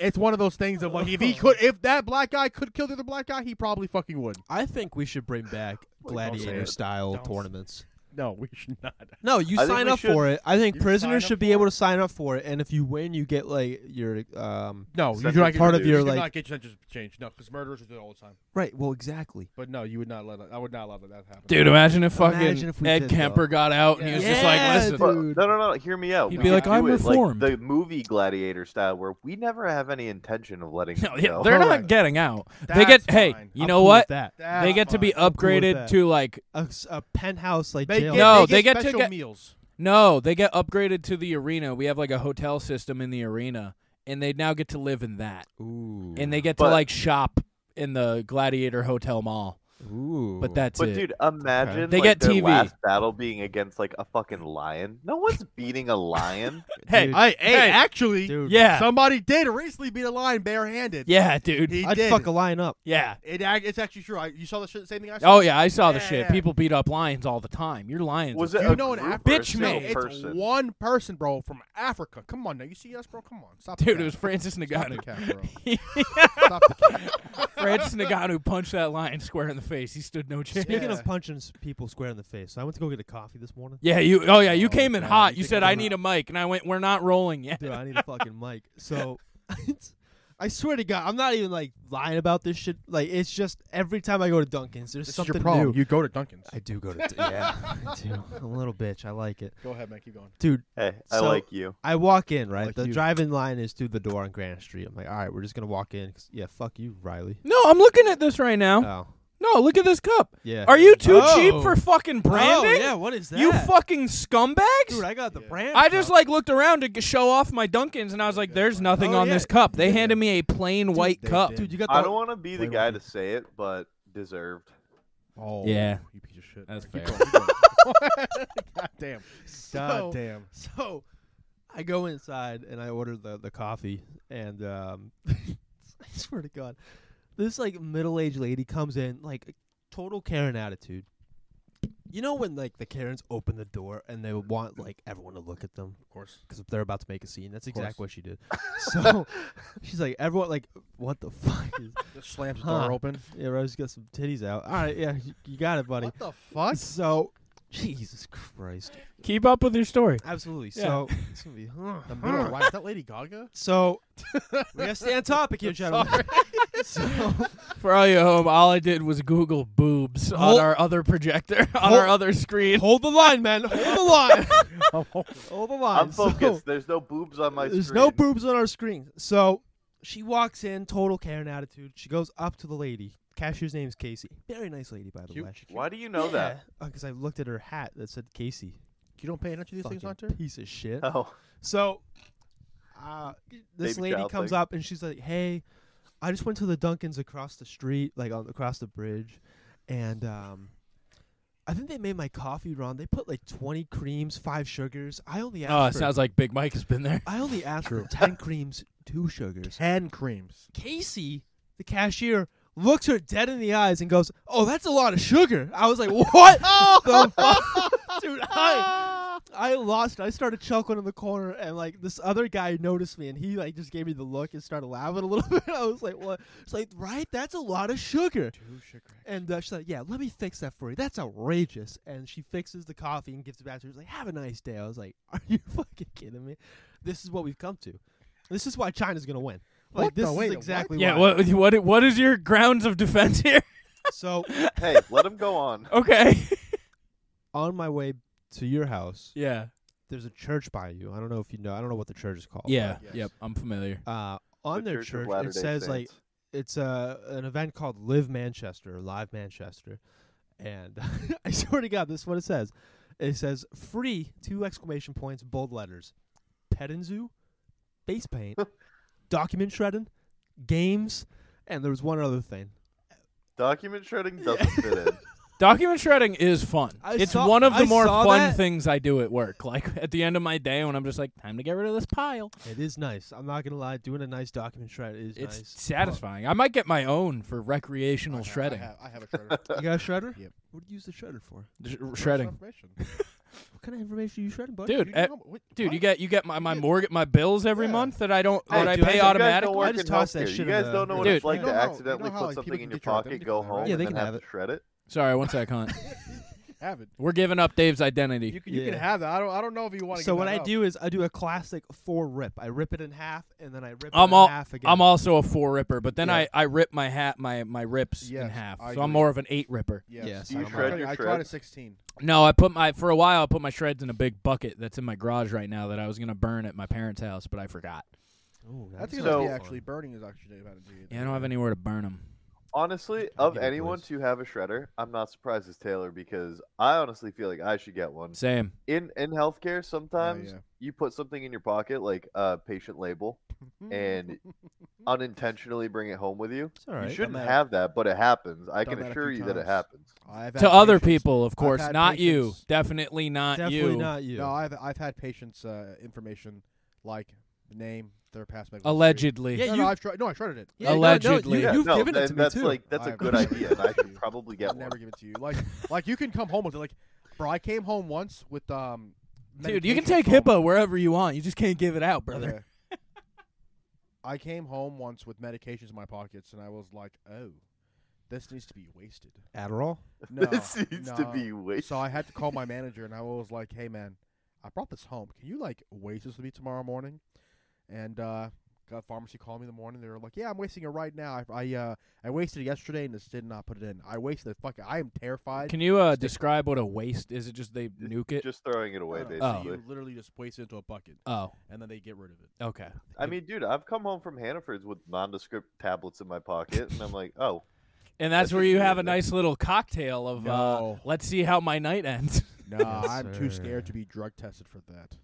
[SPEAKER 3] it's one of those things of like if he could if that black guy could kill the other black guy he probably fucking would
[SPEAKER 2] I think we should bring back
[SPEAKER 7] don't say
[SPEAKER 2] gladiator
[SPEAKER 7] it.
[SPEAKER 2] style
[SPEAKER 3] Don't say-
[SPEAKER 2] tournaments.
[SPEAKER 3] no we should not
[SPEAKER 2] No, you
[SPEAKER 7] I think
[SPEAKER 2] sign
[SPEAKER 7] we
[SPEAKER 2] up
[SPEAKER 7] should-
[SPEAKER 2] for it. I think
[SPEAKER 3] You sign
[SPEAKER 2] prisoners
[SPEAKER 3] up
[SPEAKER 2] should
[SPEAKER 3] for
[SPEAKER 2] be able to sign up for it, and if you win, you get like your um.
[SPEAKER 3] no you
[SPEAKER 7] Sentence
[SPEAKER 3] should not get
[SPEAKER 2] part of
[SPEAKER 3] you
[SPEAKER 2] your,
[SPEAKER 3] should
[SPEAKER 2] like-
[SPEAKER 3] not get your sentence changed no because murderers do it all the time
[SPEAKER 2] Right. Well, exactly.
[SPEAKER 3] but no you would not let that, I would not allow that to happen
[SPEAKER 1] Dude, imagine if fucking
[SPEAKER 2] Imagine if we
[SPEAKER 1] Ed
[SPEAKER 2] did,
[SPEAKER 1] Kemper
[SPEAKER 2] though.
[SPEAKER 1] got out and he was just like,
[SPEAKER 2] Yeah,
[SPEAKER 1] "Listen,
[SPEAKER 7] But,
[SPEAKER 2] Dude.
[SPEAKER 7] no, no, no. Hear me out.
[SPEAKER 1] He'd
[SPEAKER 7] We
[SPEAKER 1] be
[SPEAKER 7] could
[SPEAKER 1] like,
[SPEAKER 7] do
[SPEAKER 1] "I'm
[SPEAKER 7] it,
[SPEAKER 1] reformed."
[SPEAKER 7] Like the movie Gladiator style, where we never have any intention of letting.
[SPEAKER 1] no,
[SPEAKER 7] them
[SPEAKER 1] yeah,
[SPEAKER 7] go.
[SPEAKER 1] they're
[SPEAKER 3] Correct.
[SPEAKER 1] not getting out. they get
[SPEAKER 3] That's
[SPEAKER 1] hey,
[SPEAKER 3] fine.
[SPEAKER 1] you
[SPEAKER 2] I'm
[SPEAKER 1] know
[SPEAKER 2] cool with
[SPEAKER 1] what?
[SPEAKER 2] That
[SPEAKER 3] That's
[SPEAKER 1] They get to be
[SPEAKER 3] fine.
[SPEAKER 2] I'm cool with
[SPEAKER 1] upgraded
[SPEAKER 2] that.
[SPEAKER 1] to like
[SPEAKER 2] a, s- a penthouse like
[SPEAKER 3] they
[SPEAKER 2] jail.
[SPEAKER 3] get,
[SPEAKER 1] No,
[SPEAKER 3] they
[SPEAKER 1] they
[SPEAKER 3] get
[SPEAKER 1] get to
[SPEAKER 3] special
[SPEAKER 1] get-
[SPEAKER 3] meals
[SPEAKER 1] no, they get upgraded to the arena. We have like a hotel system in the arena, and they now get to live in that,
[SPEAKER 2] Ooh.
[SPEAKER 1] and they get to
[SPEAKER 7] But-
[SPEAKER 1] like shop in the Gladiator Hotel Mall.
[SPEAKER 2] Ooh.
[SPEAKER 1] But that's
[SPEAKER 7] But
[SPEAKER 1] it.
[SPEAKER 7] dude, imagine
[SPEAKER 1] They
[SPEAKER 7] like,
[SPEAKER 1] get
[SPEAKER 7] their
[SPEAKER 1] TV.
[SPEAKER 7] last battle being against like a fucking lion. No one's beating a lion.
[SPEAKER 1] hey,
[SPEAKER 2] Dude.
[SPEAKER 3] I, hey,
[SPEAKER 1] Hey.
[SPEAKER 3] actually
[SPEAKER 2] Dude.
[SPEAKER 1] yeah,
[SPEAKER 3] somebody did recently beat a lion barehanded
[SPEAKER 1] yeah, dude,
[SPEAKER 3] he
[SPEAKER 2] I'd
[SPEAKER 3] did
[SPEAKER 2] fuck a line up.
[SPEAKER 1] yeah.
[SPEAKER 3] it, ac- it's actually true I, you saw the shit, same thing I saw
[SPEAKER 1] Oh yeah, I saw the shit.
[SPEAKER 3] Yeah.
[SPEAKER 1] People beat up lions all the time. Your lions.
[SPEAKER 7] Was
[SPEAKER 1] are-
[SPEAKER 7] it
[SPEAKER 3] you
[SPEAKER 7] a
[SPEAKER 3] know an
[SPEAKER 7] group
[SPEAKER 3] Af-
[SPEAKER 7] or a
[SPEAKER 1] Bitch
[SPEAKER 7] single
[SPEAKER 1] made.
[SPEAKER 3] it's
[SPEAKER 7] person?
[SPEAKER 3] one person bro from Africa come on now you see us bro come on stop the
[SPEAKER 1] Dude,
[SPEAKER 3] cap.
[SPEAKER 1] it was Francis
[SPEAKER 3] stop the
[SPEAKER 1] Ngannou.
[SPEAKER 3] cap, bro. Stop the cap.
[SPEAKER 1] Francis Ngannou punched that lion square in the face. He stood no chance.
[SPEAKER 2] Speaking
[SPEAKER 3] Yeah.
[SPEAKER 2] of punching s- people square in the face, I went to go get a coffee this morning.
[SPEAKER 1] Yeah, you. Oh yeah, you
[SPEAKER 2] Oh,
[SPEAKER 1] came in
[SPEAKER 2] God,
[SPEAKER 1] hot.
[SPEAKER 2] you
[SPEAKER 1] You
[SPEAKER 2] think
[SPEAKER 1] said
[SPEAKER 2] I'm
[SPEAKER 1] I need a mic, and I went. We're not rolling yet.
[SPEAKER 2] Dude, I need a fucking mic. So, I swear to God, I'm not even like lying about this shit. Like, it's just every time I go to Dunkin's, there's
[SPEAKER 3] This is
[SPEAKER 2] something
[SPEAKER 3] your problem.
[SPEAKER 2] new.
[SPEAKER 3] You go to Dunkin's.
[SPEAKER 2] I do go to yeah, I do. I'm a little bitch. I like it,
[SPEAKER 3] Go ahead, man. Keep going.
[SPEAKER 2] dude.
[SPEAKER 7] Hey, I
[SPEAKER 2] So-
[SPEAKER 7] like you.
[SPEAKER 2] I walk in right.
[SPEAKER 3] Like
[SPEAKER 2] the
[SPEAKER 3] you.
[SPEAKER 2] drive-in line is through the door on Grand Street. I'm like, all right, we're just gonna walk in. 'cause- yeah, fuck you, Riley.
[SPEAKER 1] No, I'm looking at this right now.
[SPEAKER 2] Oh,
[SPEAKER 1] no, look at this cup.
[SPEAKER 2] yeah.
[SPEAKER 1] Are you too
[SPEAKER 2] Oh.
[SPEAKER 1] cheap for fucking branding?
[SPEAKER 2] Oh, yeah. What is that?
[SPEAKER 1] You fucking scumbags!
[SPEAKER 2] dude. I got the
[SPEAKER 3] Yeah.
[SPEAKER 2] brand.
[SPEAKER 1] I just
[SPEAKER 2] cup.
[SPEAKER 1] like looked around to g- show off my Dunkins, and I was like, "There's nothing
[SPEAKER 2] Oh,
[SPEAKER 1] on
[SPEAKER 2] yeah.
[SPEAKER 1] this cup." They
[SPEAKER 2] Yeah.
[SPEAKER 1] handed me a plain white
[SPEAKER 3] they
[SPEAKER 1] cup.
[SPEAKER 3] did.
[SPEAKER 2] dude. You got the.
[SPEAKER 7] I don't want to be the
[SPEAKER 3] Wait,
[SPEAKER 7] guy
[SPEAKER 3] wait.
[SPEAKER 7] to say it, but deserved.
[SPEAKER 3] Oh,
[SPEAKER 1] Yeah.
[SPEAKER 3] You piece of shit.
[SPEAKER 1] That's
[SPEAKER 3] Keep
[SPEAKER 1] fair.
[SPEAKER 3] going, keep going. God damn.
[SPEAKER 2] so,
[SPEAKER 3] God damn.
[SPEAKER 2] So I go inside and I order the, the coffee and um I swear to God. This like middle aged lady comes in, like total Karen attitude. You know when like the Karens open the door and they want like everyone to look at them
[SPEAKER 3] Of course.
[SPEAKER 2] because they're about to make a scene. That's
[SPEAKER 3] course.
[SPEAKER 2] exactly what she did. So she's like, everyone like, what the fuck is?
[SPEAKER 3] Just slams the
[SPEAKER 2] Huh.
[SPEAKER 3] door open.
[SPEAKER 2] Yeah, Rose got some titties out. All right, yeah, you- you got it, buddy.
[SPEAKER 3] the fuck?
[SPEAKER 2] So Jesus Christ,
[SPEAKER 1] Keep up with your story.
[SPEAKER 2] absolutely.
[SPEAKER 1] Yeah.
[SPEAKER 2] So it's gonna be huh,
[SPEAKER 3] The middle right. Is that Lady Gaga?
[SPEAKER 2] So we gotta stay on topic here, gentlemen. so
[SPEAKER 1] For all you at home, all I did was Google boobs
[SPEAKER 2] Hold-
[SPEAKER 1] on our other projector, on
[SPEAKER 2] hold-
[SPEAKER 1] our other screen.
[SPEAKER 2] hold the line, man. Hold the line. hold the line.
[SPEAKER 7] I'm focused.
[SPEAKER 2] So,
[SPEAKER 7] There's no boobs on my
[SPEAKER 2] there's
[SPEAKER 7] screen.
[SPEAKER 2] no boobs on our screen. So she walks in, total Karen attitude. She goes up to the lady. Cashier's name's Casey. Very nice lady, by the
[SPEAKER 3] Cute.
[SPEAKER 2] way.
[SPEAKER 7] Why do you know that?
[SPEAKER 2] Because Oh, I looked at her hat that said Casey.
[SPEAKER 3] You don't pay attention to these things,
[SPEAKER 2] Fucking
[SPEAKER 3] Hunter?
[SPEAKER 2] piece of shit.
[SPEAKER 7] Oh,
[SPEAKER 2] So, uh, this
[SPEAKER 7] Baby
[SPEAKER 2] lady
[SPEAKER 7] child
[SPEAKER 2] comes
[SPEAKER 7] thing.
[SPEAKER 2] up and she's like, "Hey, I just went to the Dunkin's across the street, like on across the bridge, and um, I think they made my coffee wrong. They put like twenty creams, five sugars. I only asked.
[SPEAKER 1] Oh, it
[SPEAKER 2] for,
[SPEAKER 1] sounds like Big Mike has been there.
[SPEAKER 2] I only asked
[SPEAKER 3] True.
[SPEAKER 2] for ten creams, two sugars.
[SPEAKER 3] Ten creams.
[SPEAKER 2] Casey, the cashier, looks her dead in the eyes and goes, "Oh, that's a lot of sugar." I was like, "What the fuck, dude?" I, I lost. it. I started chuckling in the corner, and like this other guy noticed me, and he like just gave me the look and started laughing a little bit. I was like, "What?" It's like, "Right, that's a lot of sugar."
[SPEAKER 3] Two sugar.
[SPEAKER 2] And uh, she's like, "Yeah, let me fix that for you. That's outrageous." And she fixes the coffee and gives it back to her. She's like, "Have a nice day." I was like, "Are you fucking kidding me? This is what we've come to. This is why China's gonna win." Like
[SPEAKER 3] What the-
[SPEAKER 2] this is
[SPEAKER 3] wait, what?
[SPEAKER 2] exactly
[SPEAKER 1] Yeah.
[SPEAKER 2] why.
[SPEAKER 1] What, what what is your grounds of defense here?
[SPEAKER 2] So
[SPEAKER 7] Hey, let him go on.
[SPEAKER 1] okay.
[SPEAKER 2] on my way to your house,
[SPEAKER 1] Yeah.
[SPEAKER 2] there's a church by you. I don't know if you know. I don't know what the church is called.
[SPEAKER 1] Yeah.
[SPEAKER 3] Yes.
[SPEAKER 1] Yep. I'm familiar.
[SPEAKER 2] but, uh, on
[SPEAKER 7] the
[SPEAKER 2] their
[SPEAKER 7] Church of
[SPEAKER 2] church,
[SPEAKER 7] Latter-day
[SPEAKER 2] it says
[SPEAKER 7] Saints.
[SPEAKER 2] like it's a an event called Live Manchester or Live Manchester, and I swear to God, this is what it says. It says free two exclamation points, bold letters, pet and zoo, base paint, document shredding, games, and there was one other thing.
[SPEAKER 7] Document shredding doesn't fit in.
[SPEAKER 1] Document shredding is fun.
[SPEAKER 2] I
[SPEAKER 1] it's
[SPEAKER 2] saw-
[SPEAKER 1] one of the
[SPEAKER 2] I
[SPEAKER 1] more
[SPEAKER 2] saw
[SPEAKER 1] fun
[SPEAKER 2] that.
[SPEAKER 1] things I do at work. Like at the end of my day when I'm just like, time to get rid of this pile.
[SPEAKER 2] It is nice. I'm not gonna lie, doing a nice document shred is
[SPEAKER 1] It's
[SPEAKER 2] nice.
[SPEAKER 1] satisfying. I might get my own for recreational shredding.
[SPEAKER 3] I have, I have a shredder.
[SPEAKER 2] You got a shredder?
[SPEAKER 3] Yep.
[SPEAKER 2] What do you use the shredder for?
[SPEAKER 1] Sh-
[SPEAKER 3] Personal
[SPEAKER 1] shredding,
[SPEAKER 3] information.
[SPEAKER 2] What kind of information are you shredding, buddy?
[SPEAKER 1] dude.
[SPEAKER 3] You
[SPEAKER 1] eh,
[SPEAKER 3] know- wait,
[SPEAKER 1] dude, you
[SPEAKER 3] what?
[SPEAKER 1] get you get my my mortgage, my bills every
[SPEAKER 3] Yeah.
[SPEAKER 1] month that I don't
[SPEAKER 2] Hey,
[SPEAKER 1] that I
[SPEAKER 2] dude, I
[SPEAKER 1] pay
[SPEAKER 2] just-
[SPEAKER 7] You guys don't
[SPEAKER 1] automatically.
[SPEAKER 7] work
[SPEAKER 2] I just
[SPEAKER 7] in
[SPEAKER 2] tossed that
[SPEAKER 7] healthcare.
[SPEAKER 2] shit
[SPEAKER 7] You
[SPEAKER 2] in
[SPEAKER 7] guys
[SPEAKER 2] the-
[SPEAKER 7] don't know what
[SPEAKER 1] Dude.
[SPEAKER 7] it's like
[SPEAKER 3] You
[SPEAKER 7] to
[SPEAKER 3] don't know- you
[SPEAKER 7] accidentally
[SPEAKER 3] know how,
[SPEAKER 7] put
[SPEAKER 3] like,
[SPEAKER 7] something
[SPEAKER 3] people
[SPEAKER 7] in
[SPEAKER 3] can
[SPEAKER 7] your
[SPEAKER 3] get your
[SPEAKER 7] pocket,
[SPEAKER 3] identity
[SPEAKER 7] go
[SPEAKER 3] from their
[SPEAKER 7] home,
[SPEAKER 2] Yeah, they
[SPEAKER 7] and
[SPEAKER 2] can
[SPEAKER 7] then
[SPEAKER 2] have
[SPEAKER 7] have
[SPEAKER 2] it.
[SPEAKER 7] to shred it.
[SPEAKER 1] Sorry, one sec, Hunt.
[SPEAKER 3] have it.
[SPEAKER 1] We're giving up Dave's identity.
[SPEAKER 3] You can, you
[SPEAKER 2] Yeah.
[SPEAKER 3] can have that. I don't I don't know if you want to.
[SPEAKER 2] So what I do is I do a classic four rip. I rip it in half and then I rip
[SPEAKER 1] I'm
[SPEAKER 2] it
[SPEAKER 1] all-
[SPEAKER 2] in half again.
[SPEAKER 1] I'm also a four ripper, but then
[SPEAKER 2] Yeah.
[SPEAKER 1] I, I rip my hat my my rips in
[SPEAKER 3] Yes,
[SPEAKER 1] half,
[SPEAKER 3] I
[SPEAKER 1] so I'm
[SPEAKER 3] agree.
[SPEAKER 1] more of an eight ripper.
[SPEAKER 2] Yeah,
[SPEAKER 3] Yes.
[SPEAKER 2] Do you
[SPEAKER 3] I'm
[SPEAKER 2] shred
[SPEAKER 3] trying-
[SPEAKER 7] your
[SPEAKER 3] I tried
[SPEAKER 7] shreds?
[SPEAKER 3] a sixteen.
[SPEAKER 1] No, I put my for a while I put my shreds in a big bucket that's in my garage right now that I was gonna burn at my parents' house, but I forgot.
[SPEAKER 2] Ooh,
[SPEAKER 3] That's
[SPEAKER 2] sounds
[SPEAKER 3] gonna be
[SPEAKER 2] fun.
[SPEAKER 3] actually burning is actually about to do.
[SPEAKER 1] Yeah, I don't have anywhere to burn them.
[SPEAKER 7] Honestly,
[SPEAKER 2] I'll
[SPEAKER 7] of
[SPEAKER 2] give it a
[SPEAKER 7] anyone
[SPEAKER 2] voice.
[SPEAKER 7] to have a shredder, I'm not surprised it's Taylor because I honestly feel like I should get one.
[SPEAKER 1] Same.
[SPEAKER 7] In in
[SPEAKER 2] Oh,
[SPEAKER 7] healthcare, sometimes
[SPEAKER 3] yeah.
[SPEAKER 7] you put something in your pocket, like a patient label, and unintentionally bring it home with you.
[SPEAKER 2] It's all right.
[SPEAKER 7] You shouldn't
[SPEAKER 3] that-
[SPEAKER 7] have that, but it happens. I
[SPEAKER 3] done
[SPEAKER 7] can
[SPEAKER 3] that a
[SPEAKER 7] assure
[SPEAKER 3] few
[SPEAKER 7] you that it
[SPEAKER 3] times.
[SPEAKER 7] happens.
[SPEAKER 3] I've
[SPEAKER 1] to
[SPEAKER 3] had
[SPEAKER 1] other
[SPEAKER 3] patients-
[SPEAKER 1] people, of course,
[SPEAKER 3] had
[SPEAKER 1] not you.
[SPEAKER 3] patients-
[SPEAKER 1] Definitely not
[SPEAKER 2] Definitely
[SPEAKER 1] you.
[SPEAKER 2] not you.
[SPEAKER 3] No, I've I've had patients' uh, information like the name, their past medical history.
[SPEAKER 1] Allegedly.
[SPEAKER 2] Yeah,
[SPEAKER 3] No,
[SPEAKER 2] you-
[SPEAKER 3] no, I've tried. No, I shredded it.
[SPEAKER 2] Yeah, no, no,
[SPEAKER 1] Allegedly.
[SPEAKER 2] you,
[SPEAKER 1] Yeah,
[SPEAKER 2] have
[SPEAKER 7] no,
[SPEAKER 2] given it
[SPEAKER 7] then
[SPEAKER 2] to me
[SPEAKER 7] that's
[SPEAKER 2] too.
[SPEAKER 7] like that's a
[SPEAKER 3] I've
[SPEAKER 7] good
[SPEAKER 3] never
[SPEAKER 7] idea, and I
[SPEAKER 3] given it
[SPEAKER 7] should
[SPEAKER 3] to you.
[SPEAKER 7] probably
[SPEAKER 3] I'll
[SPEAKER 7] get one.
[SPEAKER 3] never give it to you. Like, like you can come home with it. Like, bro, I came home once with um.
[SPEAKER 1] Dude, you can
[SPEAKER 3] medication
[SPEAKER 1] take
[SPEAKER 3] from-
[SPEAKER 1] hippo wherever you want. You just can't give it out, brother.
[SPEAKER 3] Yeah. I came home once with medications in my pockets, and I was like, "Oh, this needs to be wasted."
[SPEAKER 2] Adderall.
[SPEAKER 3] No,
[SPEAKER 7] this needs to
[SPEAKER 3] no.
[SPEAKER 7] be way.
[SPEAKER 3] So I had to call my manager, and I was like, "Hey, man, I brought this home. Can you like waste this with me tomorrow morning?" And uh, got pharmacy called me in the morning. They were like, "Yeah, I'm wasting it right now. I I, uh, I wasted it yesterday, and just did not put it in. I wasted it. Fuck it. I am terrified.
[SPEAKER 1] Can you uh, describe what a waste is? It just they nuke it?
[SPEAKER 7] just throwing it
[SPEAKER 1] Oh.
[SPEAKER 2] Oh.
[SPEAKER 7] away,
[SPEAKER 3] No, no,
[SPEAKER 7] basically.
[SPEAKER 3] no.
[SPEAKER 1] basically.
[SPEAKER 3] Uh, You literally just waste it into a bucket,
[SPEAKER 1] oh,
[SPEAKER 3] and then they get rid of it.
[SPEAKER 1] okay.
[SPEAKER 2] Oh.
[SPEAKER 7] I mean, dude, I've come home from Hannaford's with nondescript tablets in my pocket, and I'm like, oh,
[SPEAKER 1] And that's
[SPEAKER 7] That's
[SPEAKER 1] where you
[SPEAKER 7] just
[SPEAKER 1] have a
[SPEAKER 7] weird, though.
[SPEAKER 1] nice little cocktail of uh,
[SPEAKER 3] No.
[SPEAKER 1] let's see how my night ends.
[SPEAKER 3] No,
[SPEAKER 2] Yes,
[SPEAKER 3] I'm too scared
[SPEAKER 2] sir.
[SPEAKER 3] to be drug tested for that.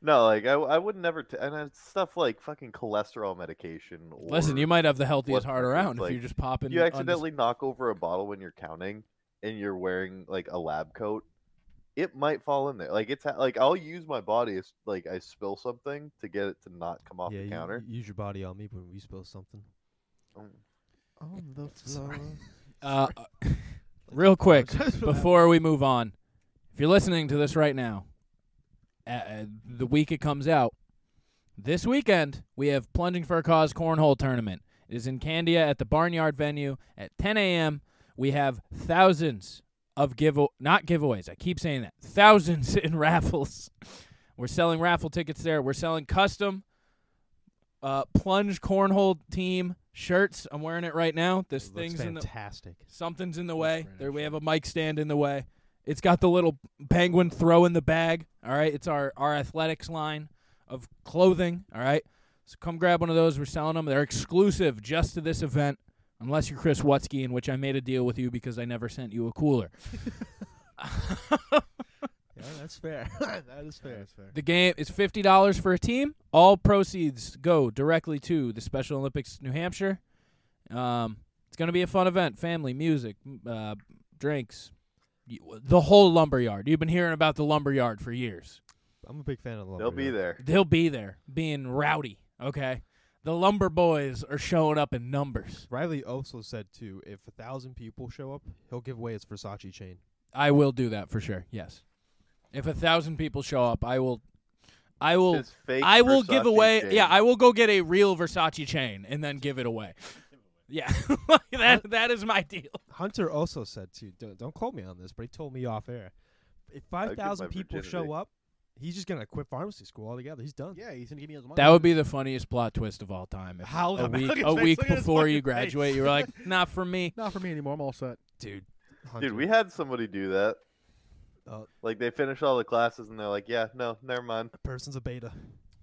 [SPEAKER 7] no, like I, I would never. T-. And it's stuff like fucking cholesterol medication. Or
[SPEAKER 1] Listen, you might have the healthiest
[SPEAKER 7] What's
[SPEAKER 1] heart
[SPEAKER 7] that?
[SPEAKER 1] around
[SPEAKER 7] Like,
[SPEAKER 1] if you're just popping.
[SPEAKER 7] you
[SPEAKER 1] on this-
[SPEAKER 7] accidentally knock over a bottle when you're counting, and you're wearing like a lab coat. It might fall in there. Like it's ha- like I'll use my body as like I spill something to get it to not come off
[SPEAKER 2] yeah,
[SPEAKER 7] the
[SPEAKER 2] you-
[SPEAKER 7] counter.
[SPEAKER 2] you use your body on me when we spill something.
[SPEAKER 7] Um,
[SPEAKER 2] On the floor.
[SPEAKER 1] Uh, uh, real quick, before we move on, if you're listening to this right now, uh, uh, the week it comes out, this weekend we have Plunging for a Cause Cornhole Tournament. It is in Candia at the Barnyard venue at 10 a.m. We have thousands of give not giveaways. I keep saying that thousands in raffles. We're selling raffle tickets there. We're selling custom uh, plunge cornhole team shirts. I'm wearing it right now. This
[SPEAKER 2] It looks
[SPEAKER 1] thing's in the
[SPEAKER 2] fantastic.
[SPEAKER 1] Something's in the
[SPEAKER 3] Looks
[SPEAKER 1] way.
[SPEAKER 3] great,
[SPEAKER 1] There we
[SPEAKER 3] actually.
[SPEAKER 1] have a mic stand in the way. It's got the little penguin throw in the bag. All right, it's our our athletics line of clothing. All right, so come grab one of those. We're selling them. They're exclusive just to this event, unless you're Chris Wutsky, in which I made a deal with you because I never sent you a cooler.
[SPEAKER 2] Yeah, that's fair. that is fair.
[SPEAKER 3] That's fair.
[SPEAKER 1] The game is fifty dollars for a team. All proceeds go directly to the Special Olympics New Hampshire. Um, it's gonna be a fun event. Family, music, m- uh, drinks, y- w- the whole lumberyard. You've been hearing about the lumberyard for years.
[SPEAKER 2] I'm a big fan of the
[SPEAKER 7] They'll be
[SPEAKER 2] Lumberyard.
[SPEAKER 7] there.
[SPEAKER 1] They'll be there, being rowdy. Okay, the lumber boys are showing up in numbers.
[SPEAKER 2] Riley also said too, if a thousand people show up, he'll give away his Versace chain.
[SPEAKER 1] I will do that for sure. Yes, if a thousand people show up, I will. I will.
[SPEAKER 7] His fake
[SPEAKER 1] I will give
[SPEAKER 7] Versace
[SPEAKER 1] away.
[SPEAKER 7] chain.
[SPEAKER 1] Yeah, I will go get a real Versace chain and then give it away. Yeah, that that is my deal.
[SPEAKER 2] Hunter also said too, don't, don't quote me on this, but he told me off air. If five
[SPEAKER 7] give
[SPEAKER 2] thousand
[SPEAKER 7] my
[SPEAKER 2] people show
[SPEAKER 7] virginity.
[SPEAKER 2] up, he's just gonna quit pharmacy school altogether. He's done.
[SPEAKER 3] Yeah, he's gonna give me his money.
[SPEAKER 1] That would be the funniest plot twist of all time. If
[SPEAKER 3] How-
[SPEAKER 1] a
[SPEAKER 3] look at
[SPEAKER 1] week
[SPEAKER 3] his
[SPEAKER 1] a
[SPEAKER 3] face,
[SPEAKER 1] week
[SPEAKER 3] look at his
[SPEAKER 1] before you
[SPEAKER 3] fucking face.
[SPEAKER 1] graduate, you're like, not for me.
[SPEAKER 3] not for me anymore. I'm all set.
[SPEAKER 2] dude.
[SPEAKER 7] Dude, we had somebody do that.
[SPEAKER 1] Uh,
[SPEAKER 2] Oh.
[SPEAKER 7] Like they finish all the classes and they're like, "Yeah, no, never mind."
[SPEAKER 2] person's a beta.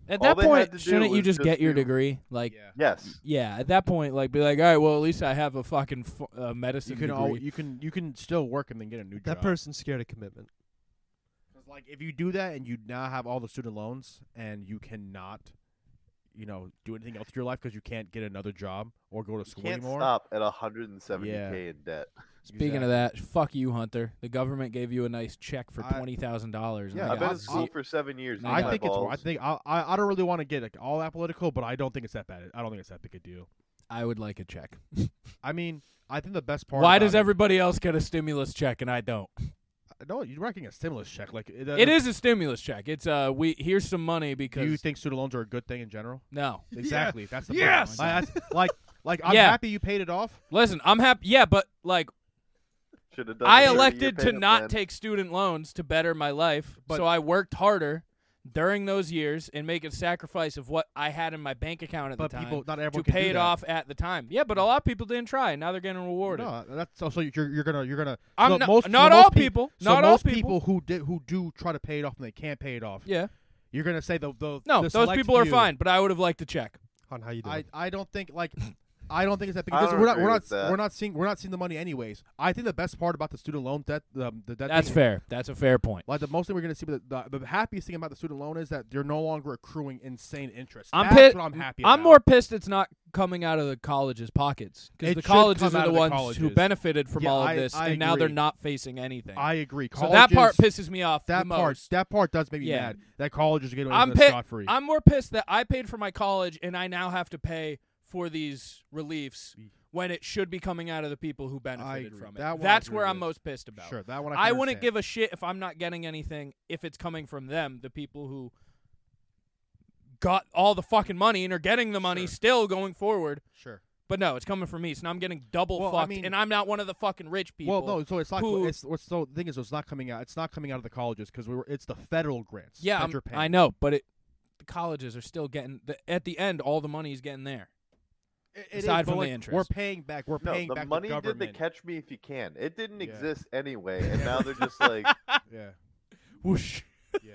[SPEAKER 1] At
[SPEAKER 7] All
[SPEAKER 1] that
[SPEAKER 7] they had to
[SPEAKER 1] point,
[SPEAKER 7] do
[SPEAKER 1] shouldn't you
[SPEAKER 7] was
[SPEAKER 1] just,
[SPEAKER 7] just
[SPEAKER 1] get your
[SPEAKER 7] do-
[SPEAKER 1] degree? Like, yeah.
[SPEAKER 7] Yes,
[SPEAKER 1] at that point, like, be like, all right, well, at least I have a fucking fu- uh, medicine
[SPEAKER 3] You can
[SPEAKER 1] degree.
[SPEAKER 3] all, you can you can still work and then get a new
[SPEAKER 2] That
[SPEAKER 3] job.
[SPEAKER 2] person's scared of commitment.
[SPEAKER 3] 'Cause, like if you do that and you now have all the student loans and you cannot, you know, do anything else with your life because you can't get another job or go to
[SPEAKER 7] you
[SPEAKER 3] school
[SPEAKER 7] can't
[SPEAKER 3] anymore.
[SPEAKER 7] stop at 170k in debt.
[SPEAKER 1] Speaking of that, fuck you, Hunter. The government gave you a nice check for
[SPEAKER 3] I-
[SPEAKER 1] twenty thousand dollars.
[SPEAKER 3] Yeah,
[SPEAKER 7] I've
[SPEAKER 3] I
[SPEAKER 7] been
[SPEAKER 3] got
[SPEAKER 7] in school
[SPEAKER 3] zero.
[SPEAKER 7] for seven years.
[SPEAKER 1] I
[SPEAKER 7] and my
[SPEAKER 3] I think it's. I
[SPEAKER 7] balls-
[SPEAKER 3] think I, I I don't really want to get like, all that political, but I don't think it's that bad. I don't think it's that big a deal.
[SPEAKER 1] I would like a check.
[SPEAKER 3] I mean, I think the best part.
[SPEAKER 1] Why
[SPEAKER 3] about
[SPEAKER 1] does
[SPEAKER 3] it-
[SPEAKER 1] everybody else get a stimulus check and I don't?
[SPEAKER 3] No, you're not getting a stimulus check. Like it,
[SPEAKER 1] It is a stimulus check. It's uh, we here's some money
[SPEAKER 3] Do
[SPEAKER 1] because
[SPEAKER 3] you think student loans are a good thing in general?
[SPEAKER 1] no.
[SPEAKER 3] Exactly. That's the
[SPEAKER 1] Yes!
[SPEAKER 3] Point. Like, that's- like, like, I'm
[SPEAKER 1] Yeah.
[SPEAKER 3] happy you paid it off.
[SPEAKER 1] Listen, I'm happy. Yeah, but like
[SPEAKER 7] Should have done.
[SPEAKER 1] I
[SPEAKER 7] the 30-year
[SPEAKER 1] elected to
[SPEAKER 7] payment
[SPEAKER 1] not
[SPEAKER 7] plan.
[SPEAKER 1] take student loans to better my life,
[SPEAKER 3] But-
[SPEAKER 1] so I worked harder during those years and make a sacrifice of what I had in my bank account at
[SPEAKER 3] But
[SPEAKER 1] the time
[SPEAKER 3] people, not
[SPEAKER 1] to
[SPEAKER 3] everyone can
[SPEAKER 1] pay
[SPEAKER 3] do
[SPEAKER 1] it
[SPEAKER 3] that.
[SPEAKER 1] off at the time. Yeah, but a lot of people didn't try. Now they're getting rewarded.
[SPEAKER 3] No, that's also you're you're gonna you're gonna.
[SPEAKER 1] I'm
[SPEAKER 3] so
[SPEAKER 1] not-
[SPEAKER 3] most, so
[SPEAKER 1] not
[SPEAKER 3] most
[SPEAKER 1] all
[SPEAKER 3] peop-
[SPEAKER 1] people,
[SPEAKER 3] so
[SPEAKER 1] not all
[SPEAKER 3] most
[SPEAKER 1] people.
[SPEAKER 3] who did who do try to pay it off and they can't pay it off.
[SPEAKER 1] Yeah.
[SPEAKER 3] You're gonna say the the
[SPEAKER 1] No,
[SPEAKER 3] the
[SPEAKER 1] those
[SPEAKER 3] select
[SPEAKER 1] people are
[SPEAKER 3] few.
[SPEAKER 1] fine, but I would have liked to check.
[SPEAKER 2] On how you doing?
[SPEAKER 3] I I don't think like. I don't think it's that big
[SPEAKER 7] I
[SPEAKER 3] because
[SPEAKER 7] don't
[SPEAKER 3] we're not
[SPEAKER 7] agree
[SPEAKER 3] we're not
[SPEAKER 7] with that.
[SPEAKER 3] we're not seeing we're not seeing the money anyways. I think the best part about the student loan debt um, the debt
[SPEAKER 1] That's
[SPEAKER 3] thing-
[SPEAKER 1] fair. That's a fair point.
[SPEAKER 3] Like the most thing we're gonna see, but the, the, the happiest thing about the student loan is that you're no longer accruing insane interest.
[SPEAKER 1] I'm
[SPEAKER 3] That's
[SPEAKER 1] pissed.
[SPEAKER 3] what I'm happy.
[SPEAKER 1] I'm
[SPEAKER 3] about.
[SPEAKER 1] more pissed it's not coming out of the colleges' pockets because
[SPEAKER 3] It
[SPEAKER 1] the
[SPEAKER 3] should come
[SPEAKER 1] colleges
[SPEAKER 3] out
[SPEAKER 1] are the
[SPEAKER 3] of the
[SPEAKER 1] ones who
[SPEAKER 3] colleges.
[SPEAKER 1] benefited from
[SPEAKER 3] Yeah,
[SPEAKER 1] all of
[SPEAKER 3] I-
[SPEAKER 1] this,
[SPEAKER 3] I
[SPEAKER 1] and now they're
[SPEAKER 3] agree.
[SPEAKER 1] not facing anything.
[SPEAKER 3] I agree.
[SPEAKER 1] so that part pisses
[SPEAKER 3] Colleges-
[SPEAKER 1] me off.
[SPEAKER 3] That
[SPEAKER 1] the
[SPEAKER 3] part.
[SPEAKER 1] most.
[SPEAKER 3] That part does make me
[SPEAKER 1] Yeah.
[SPEAKER 3] mad. That colleges are getting away
[SPEAKER 1] I'm
[SPEAKER 3] with this
[SPEAKER 1] pi-
[SPEAKER 3] scot free.
[SPEAKER 1] I'm more pissed that I paid for my college and I now have to pay for these reliefs when it should be coming out of the people who benefited
[SPEAKER 3] agree.
[SPEAKER 1] from it.
[SPEAKER 3] That one I
[SPEAKER 1] That's
[SPEAKER 3] agree
[SPEAKER 1] where
[SPEAKER 3] with.
[SPEAKER 1] I'm most pissed about.
[SPEAKER 3] Sure, that one I,
[SPEAKER 1] I,
[SPEAKER 3] can
[SPEAKER 1] wouldn't
[SPEAKER 3] understand.
[SPEAKER 1] give a shit if I'm not getting anything if it's coming from them, the people who got all the fucking money and are getting the money
[SPEAKER 3] Sure.
[SPEAKER 1] still going forward.
[SPEAKER 3] Sure.
[SPEAKER 1] But no, it's coming from me, so now I'm getting double
[SPEAKER 3] Well, I
[SPEAKER 1] fucked,
[SPEAKER 3] mean-
[SPEAKER 1] and I'm not one of the fucking rich people.
[SPEAKER 3] Well, no. So it's not.
[SPEAKER 1] who-
[SPEAKER 3] It's, what's so the thing is, it's not coming out. It's not coming out of the colleges because we were. It's the federal grants.
[SPEAKER 1] yeah,
[SPEAKER 3] that
[SPEAKER 1] I'm-
[SPEAKER 3] you're paying.
[SPEAKER 1] I know, but it, the colleges are still getting the, at the end all the money is getting there.
[SPEAKER 3] It- it is,
[SPEAKER 1] aside
[SPEAKER 3] but,
[SPEAKER 1] from the
[SPEAKER 3] like,
[SPEAKER 1] interest.
[SPEAKER 3] we're paying back. We're
[SPEAKER 7] No,
[SPEAKER 3] paying
[SPEAKER 7] the
[SPEAKER 3] back
[SPEAKER 7] money
[SPEAKER 3] the
[SPEAKER 7] did the
[SPEAKER 3] government.
[SPEAKER 7] catch me if you can. It didn't
[SPEAKER 3] Yeah.
[SPEAKER 7] exist anyway, and now they're just like,
[SPEAKER 3] yeah,
[SPEAKER 1] Whoosh.
[SPEAKER 3] yeah.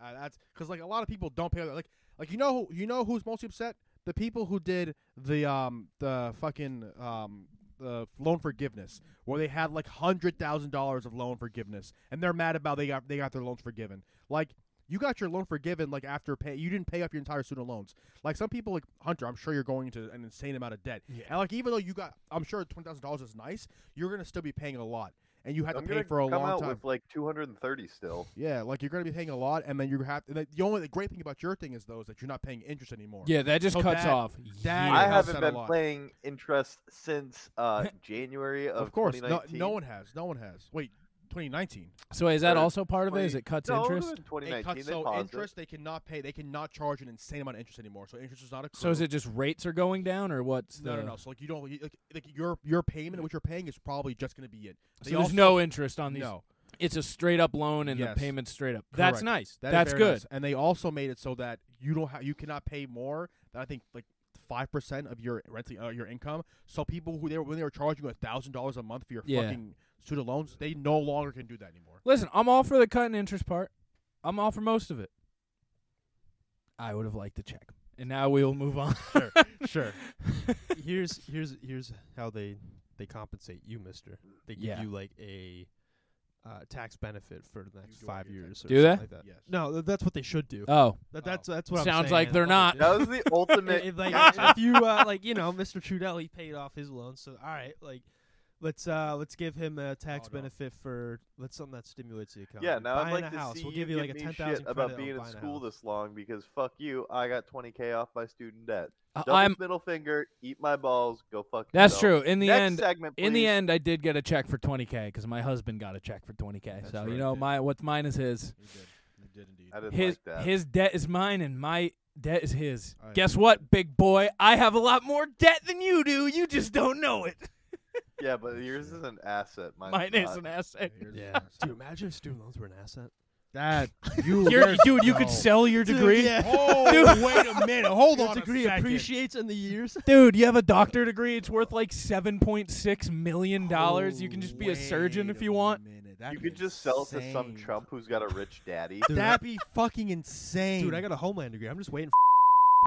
[SPEAKER 3] Uh, that's because like a lot of people don't pay. Like, like you know, who, you know who's mostly upset? The people who did the um the fucking um the loan forgiveness, where they had like hundred thousand dollars of loan forgiveness, and they're mad about they got they got their loans forgiven. Like. You got your loan forgiven like after pay. You didn't pay off your entire student loans. Like some people, like Hunter, I'm sure you're going into an insane amount of debt.
[SPEAKER 1] Yeah.
[SPEAKER 3] And like even though you got, I'm sure twenty thousand dollars is nice, you're gonna still be paying a lot, and you have
[SPEAKER 7] "I'm
[SPEAKER 3] to pay
[SPEAKER 7] gonna
[SPEAKER 3] for a
[SPEAKER 7] come
[SPEAKER 3] long
[SPEAKER 7] out
[SPEAKER 3] time.
[SPEAKER 7] with like 230 still."
[SPEAKER 3] Yeah, like you're gonna be paying a lot, and then you have. And the only the great thing about your thing is though is that you're not paying interest anymore.
[SPEAKER 1] Yeah, that just
[SPEAKER 3] So
[SPEAKER 1] cuts
[SPEAKER 3] that-
[SPEAKER 1] off.
[SPEAKER 3] that-
[SPEAKER 7] I
[SPEAKER 1] years.
[SPEAKER 3] helps
[SPEAKER 7] haven't
[SPEAKER 3] out a
[SPEAKER 7] been
[SPEAKER 3] lot.
[SPEAKER 7] playing interest since uh, January of,
[SPEAKER 3] of, course. No,
[SPEAKER 7] 2019.
[SPEAKER 3] no one has. No one has. Wait, 2019.
[SPEAKER 1] So is that
[SPEAKER 7] Or
[SPEAKER 1] also part of it? Is
[SPEAKER 7] 20
[SPEAKER 1] it cuts
[SPEAKER 7] No,
[SPEAKER 1] interest?
[SPEAKER 7] in 2019
[SPEAKER 3] It cuts
[SPEAKER 7] they
[SPEAKER 3] so
[SPEAKER 7] paused it.
[SPEAKER 3] interest they cannot pay. They cannot charge an insane amount of interest anymore. So interest is not accrued.
[SPEAKER 1] So is it just rates are going down, or what's the?
[SPEAKER 3] No, no, no. So like you don't you- like, like your your payment, what you're paying is probably just gonna be it.
[SPEAKER 1] So
[SPEAKER 3] They
[SPEAKER 1] there's
[SPEAKER 3] also-
[SPEAKER 1] no interest on these.
[SPEAKER 3] no.
[SPEAKER 1] It's a straight up loan, and
[SPEAKER 3] Yes.
[SPEAKER 1] the payment's straight up. That's
[SPEAKER 3] Correct.
[SPEAKER 1] nice.
[SPEAKER 3] That is
[SPEAKER 1] That's
[SPEAKER 3] very
[SPEAKER 1] good.
[SPEAKER 3] nice. And they also made it so that you don't have you cannot pay more than I think like five percent of your renting uh, your income. So people who they were when they were charging you a thousand dollars a month for your
[SPEAKER 1] Yeah.
[SPEAKER 3] fucking student loans, they no longer can do that anymore.
[SPEAKER 1] Listen, I'm all for the cut and interest part. I'm all for most of it. I would have liked to check, and now we will move on.
[SPEAKER 3] Sure, sure.
[SPEAKER 2] here's here's here's how they they compensate you, Mister. They give
[SPEAKER 1] Yeah.
[SPEAKER 2] you like a uh, tax benefit for the next
[SPEAKER 3] do want
[SPEAKER 2] five
[SPEAKER 3] your
[SPEAKER 2] years. Or
[SPEAKER 1] Do they?
[SPEAKER 2] something Like that.
[SPEAKER 3] Yes.
[SPEAKER 2] No, th- that's what they should do.
[SPEAKER 1] Oh,
[SPEAKER 2] That,
[SPEAKER 3] Oh.
[SPEAKER 2] that's that's what I'm
[SPEAKER 1] Sounds
[SPEAKER 2] saying.
[SPEAKER 1] like they're
[SPEAKER 2] That's what
[SPEAKER 7] That
[SPEAKER 2] they
[SPEAKER 7] was the
[SPEAKER 2] do.
[SPEAKER 7] ultimate.
[SPEAKER 2] If, like, if you uh, like, you know, Mr. Trudell, he paid off his loan, so all right, like. Let's uh let's give him a tax
[SPEAKER 1] no.
[SPEAKER 2] benefit for let's something that stimulates the economy.
[SPEAKER 7] Oh, yeah, now
[SPEAKER 2] buying
[SPEAKER 7] I'd like
[SPEAKER 2] a
[SPEAKER 7] to
[SPEAKER 2] house.
[SPEAKER 7] see
[SPEAKER 2] we'll
[SPEAKER 7] you
[SPEAKER 2] give you like a
[SPEAKER 7] me
[SPEAKER 2] ten
[SPEAKER 7] shit
[SPEAKER 2] thousand
[SPEAKER 7] about being in school
[SPEAKER 2] house.
[SPEAKER 7] this long because fuck you, I got 20k off my student debt.
[SPEAKER 1] I-
[SPEAKER 7] Double
[SPEAKER 1] I'm.
[SPEAKER 7] middle finger, eat my balls, go fuck.
[SPEAKER 1] That's
[SPEAKER 7] yourself.
[SPEAKER 1] true. In the
[SPEAKER 7] Next
[SPEAKER 1] end,
[SPEAKER 7] segment,
[SPEAKER 1] in the
[SPEAKER 7] please.
[SPEAKER 1] end, I did get a check for 20k because my husband got a check for 20k.
[SPEAKER 3] That's
[SPEAKER 1] so
[SPEAKER 3] right,
[SPEAKER 1] you know,
[SPEAKER 3] dude.
[SPEAKER 1] my what's mine is his.
[SPEAKER 3] He did. He did indeed.
[SPEAKER 7] I didn't
[SPEAKER 1] His
[SPEAKER 7] like that.
[SPEAKER 1] his debt is mine, and my debt is his.
[SPEAKER 3] I
[SPEAKER 1] Guess
[SPEAKER 3] agree.
[SPEAKER 1] what, big boy? I have a lot more debt than you do. You just don't know it.
[SPEAKER 7] yeah, but yours is an asset. Mine's
[SPEAKER 1] Mine
[SPEAKER 7] not.
[SPEAKER 1] is an asset.
[SPEAKER 3] Here's
[SPEAKER 2] Yeah,
[SPEAKER 3] the-
[SPEAKER 2] dude, imagine if student loans were an asset.
[SPEAKER 3] That you
[SPEAKER 1] You're,
[SPEAKER 3] learned-
[SPEAKER 1] dude, you could
[SPEAKER 3] No.
[SPEAKER 1] sell your degree.
[SPEAKER 3] Oh,
[SPEAKER 1] Dude.
[SPEAKER 3] wait a minute. Hold
[SPEAKER 2] Your
[SPEAKER 3] on
[SPEAKER 2] degree
[SPEAKER 3] a second.
[SPEAKER 2] appreciates in the years.
[SPEAKER 1] Dude, you have a doctor degree. It's worth like seven point six million dollars. You can just be a surgeon if you want.
[SPEAKER 7] You could just sell it to some Trump who's got a rich daddy.
[SPEAKER 2] Dude,
[SPEAKER 3] That'd be fucking insane.
[SPEAKER 2] Dude, I got a homeland degree. I'm just waiting. For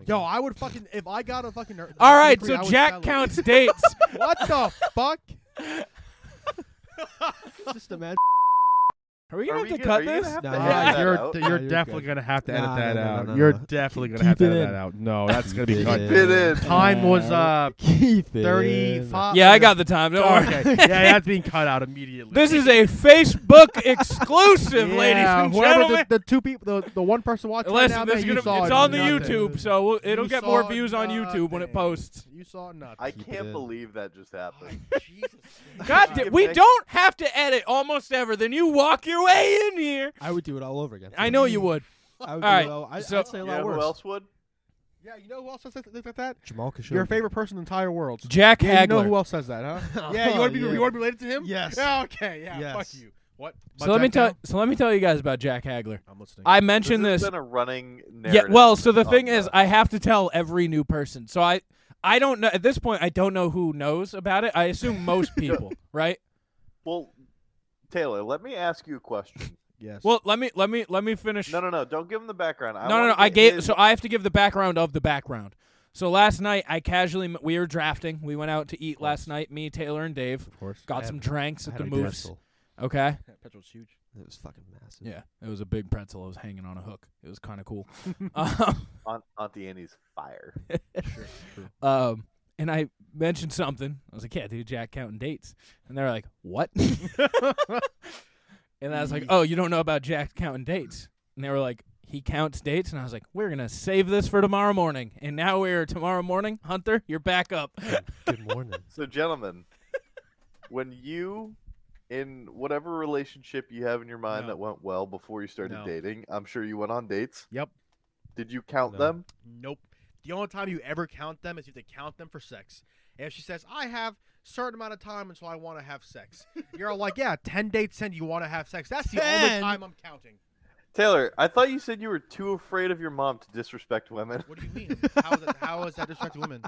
[SPEAKER 3] Yo, I would fucking if I got a fucking. nerd-
[SPEAKER 1] All right,
[SPEAKER 3] degree,
[SPEAKER 1] so
[SPEAKER 3] I would sell
[SPEAKER 1] Jack
[SPEAKER 3] it.
[SPEAKER 1] counts dates.
[SPEAKER 3] What the fuck?
[SPEAKER 2] just imagine.
[SPEAKER 1] Are we
[SPEAKER 7] Are
[SPEAKER 1] gonna
[SPEAKER 7] we
[SPEAKER 1] have to
[SPEAKER 7] gonna- are
[SPEAKER 1] cut
[SPEAKER 7] you gonna
[SPEAKER 1] this?
[SPEAKER 7] have to
[SPEAKER 2] Nah,
[SPEAKER 7] edit that
[SPEAKER 2] you're-
[SPEAKER 7] out?
[SPEAKER 2] you're good.
[SPEAKER 3] gonna have
[SPEAKER 2] Nah, no, no, no, no, no.
[SPEAKER 3] definitely gonna
[SPEAKER 2] Keep it in.
[SPEAKER 3] out. No, that's gonna
[SPEAKER 2] Keep
[SPEAKER 3] cut.
[SPEAKER 2] it
[SPEAKER 7] Fit in.
[SPEAKER 3] Time was uh
[SPEAKER 2] Keep it.
[SPEAKER 1] Yeah, I got the time. Don't worry.
[SPEAKER 3] yeah, that's being cut out immediately.
[SPEAKER 1] This is a Facebook exclusive, ladies
[SPEAKER 3] Yeah,
[SPEAKER 1] and
[SPEAKER 3] whoever
[SPEAKER 1] gentlemen.
[SPEAKER 3] The, the two people, the, the one person watching
[SPEAKER 1] Listen,
[SPEAKER 3] right now,
[SPEAKER 1] this is
[SPEAKER 3] man, you
[SPEAKER 1] gonna,
[SPEAKER 3] saw
[SPEAKER 1] it's on the
[SPEAKER 3] nothing.
[SPEAKER 1] YouTube, so we'll, it'll
[SPEAKER 3] You
[SPEAKER 1] get more
[SPEAKER 3] saw
[SPEAKER 1] views on YouTube when it
[SPEAKER 3] nothing.
[SPEAKER 1] posts.
[SPEAKER 3] You saw nothing.
[SPEAKER 7] I
[SPEAKER 2] Keep it
[SPEAKER 7] can't
[SPEAKER 2] in.
[SPEAKER 7] believe that just happened.
[SPEAKER 1] God,
[SPEAKER 3] Uh,
[SPEAKER 7] Keep
[SPEAKER 1] da-
[SPEAKER 7] it
[SPEAKER 1] we
[SPEAKER 7] next-
[SPEAKER 1] don't have to edit almost ever. Then you walk your way in here. Mm.
[SPEAKER 2] I would do it all over again.
[SPEAKER 1] I know you would.
[SPEAKER 2] I would
[SPEAKER 1] All right,
[SPEAKER 2] do it all. I,
[SPEAKER 1] so-
[SPEAKER 2] I'd say a
[SPEAKER 7] You
[SPEAKER 2] lot
[SPEAKER 7] know
[SPEAKER 2] worse.
[SPEAKER 7] who else would?
[SPEAKER 3] Yeah, you know who else says that- like that?
[SPEAKER 2] Jamal Khashoggi.
[SPEAKER 3] Your favorite person in the entire world.
[SPEAKER 1] Jack
[SPEAKER 3] Yeah, you know
[SPEAKER 1] Hagler.
[SPEAKER 3] who else says that, huh? yeah, you
[SPEAKER 2] Oh,
[SPEAKER 3] want to be
[SPEAKER 2] yeah.
[SPEAKER 3] you want to be related to him?
[SPEAKER 2] Yes.
[SPEAKER 3] Yeah, okay. Yeah.
[SPEAKER 2] Yes.
[SPEAKER 3] Fuck you. What?
[SPEAKER 1] so let me tell. So let me tell you guys about Jack Hagler.
[SPEAKER 3] I'm listening.
[SPEAKER 1] I
[SPEAKER 7] This
[SPEAKER 1] mentioned
[SPEAKER 7] has
[SPEAKER 1] this.
[SPEAKER 7] been a running
[SPEAKER 1] Yeah.
[SPEAKER 7] narrative.
[SPEAKER 1] Well, so the
[SPEAKER 7] on
[SPEAKER 1] thing is, I have to tell every new person. So I, I don't know at this point. I don't know who knows about it. I assume most people, right?
[SPEAKER 7] well, Taylor, let me ask you a question.
[SPEAKER 3] Yes.
[SPEAKER 1] Well, let me let me let me finish.
[SPEAKER 7] No, no, no. Don't give him the background. I
[SPEAKER 1] no, no,
[SPEAKER 7] wanna
[SPEAKER 1] no. I
[SPEAKER 7] get
[SPEAKER 1] gave
[SPEAKER 7] his-
[SPEAKER 1] so I have to give the background of the background. So last night I casually m- we were drafting. We went out to eat last night. Me, Taylor, and Dave
[SPEAKER 2] Of course.
[SPEAKER 1] got some drinks at the moves.
[SPEAKER 2] It
[SPEAKER 1] Okay.
[SPEAKER 3] petrol's huge.
[SPEAKER 2] was fucking massive.
[SPEAKER 1] Yeah, it was a big pretzel. I was hanging on a hook. It was kind of cool. um,
[SPEAKER 7] Aunt, Auntie Annie's fire.
[SPEAKER 1] um, and I mentioned something. I was like, "Yeah, dude, Jack counting dates," and they were like, "What?" and I was like, "Oh, you don't know about Jack counting dates?" And they were like, "He counts dates," and I was like, "We're gonna save this for tomorrow morning." And now we're tomorrow morning. Hunter, you're back up.
[SPEAKER 2] Good morning.
[SPEAKER 7] So, gentlemen, when you, in whatever relationship you have in your mind
[SPEAKER 3] No.
[SPEAKER 7] that went well before you started
[SPEAKER 3] No.
[SPEAKER 7] dating, I'm sure you went on dates.
[SPEAKER 3] Yep.
[SPEAKER 7] Did you count
[SPEAKER 2] No.
[SPEAKER 7] them?
[SPEAKER 3] Nope. The only time you ever count them is if they count them for sex. And if she says, I have certain amount of time until I want to have sex. You're all like, yeah, 10 dates in, you want to have sex. That's the only
[SPEAKER 2] 10?
[SPEAKER 3] time I'm counting.
[SPEAKER 7] Taylor, I thought you said you were too afraid of your mom to disrespect women.
[SPEAKER 3] What do you mean? How is that, how is that disrespect to women?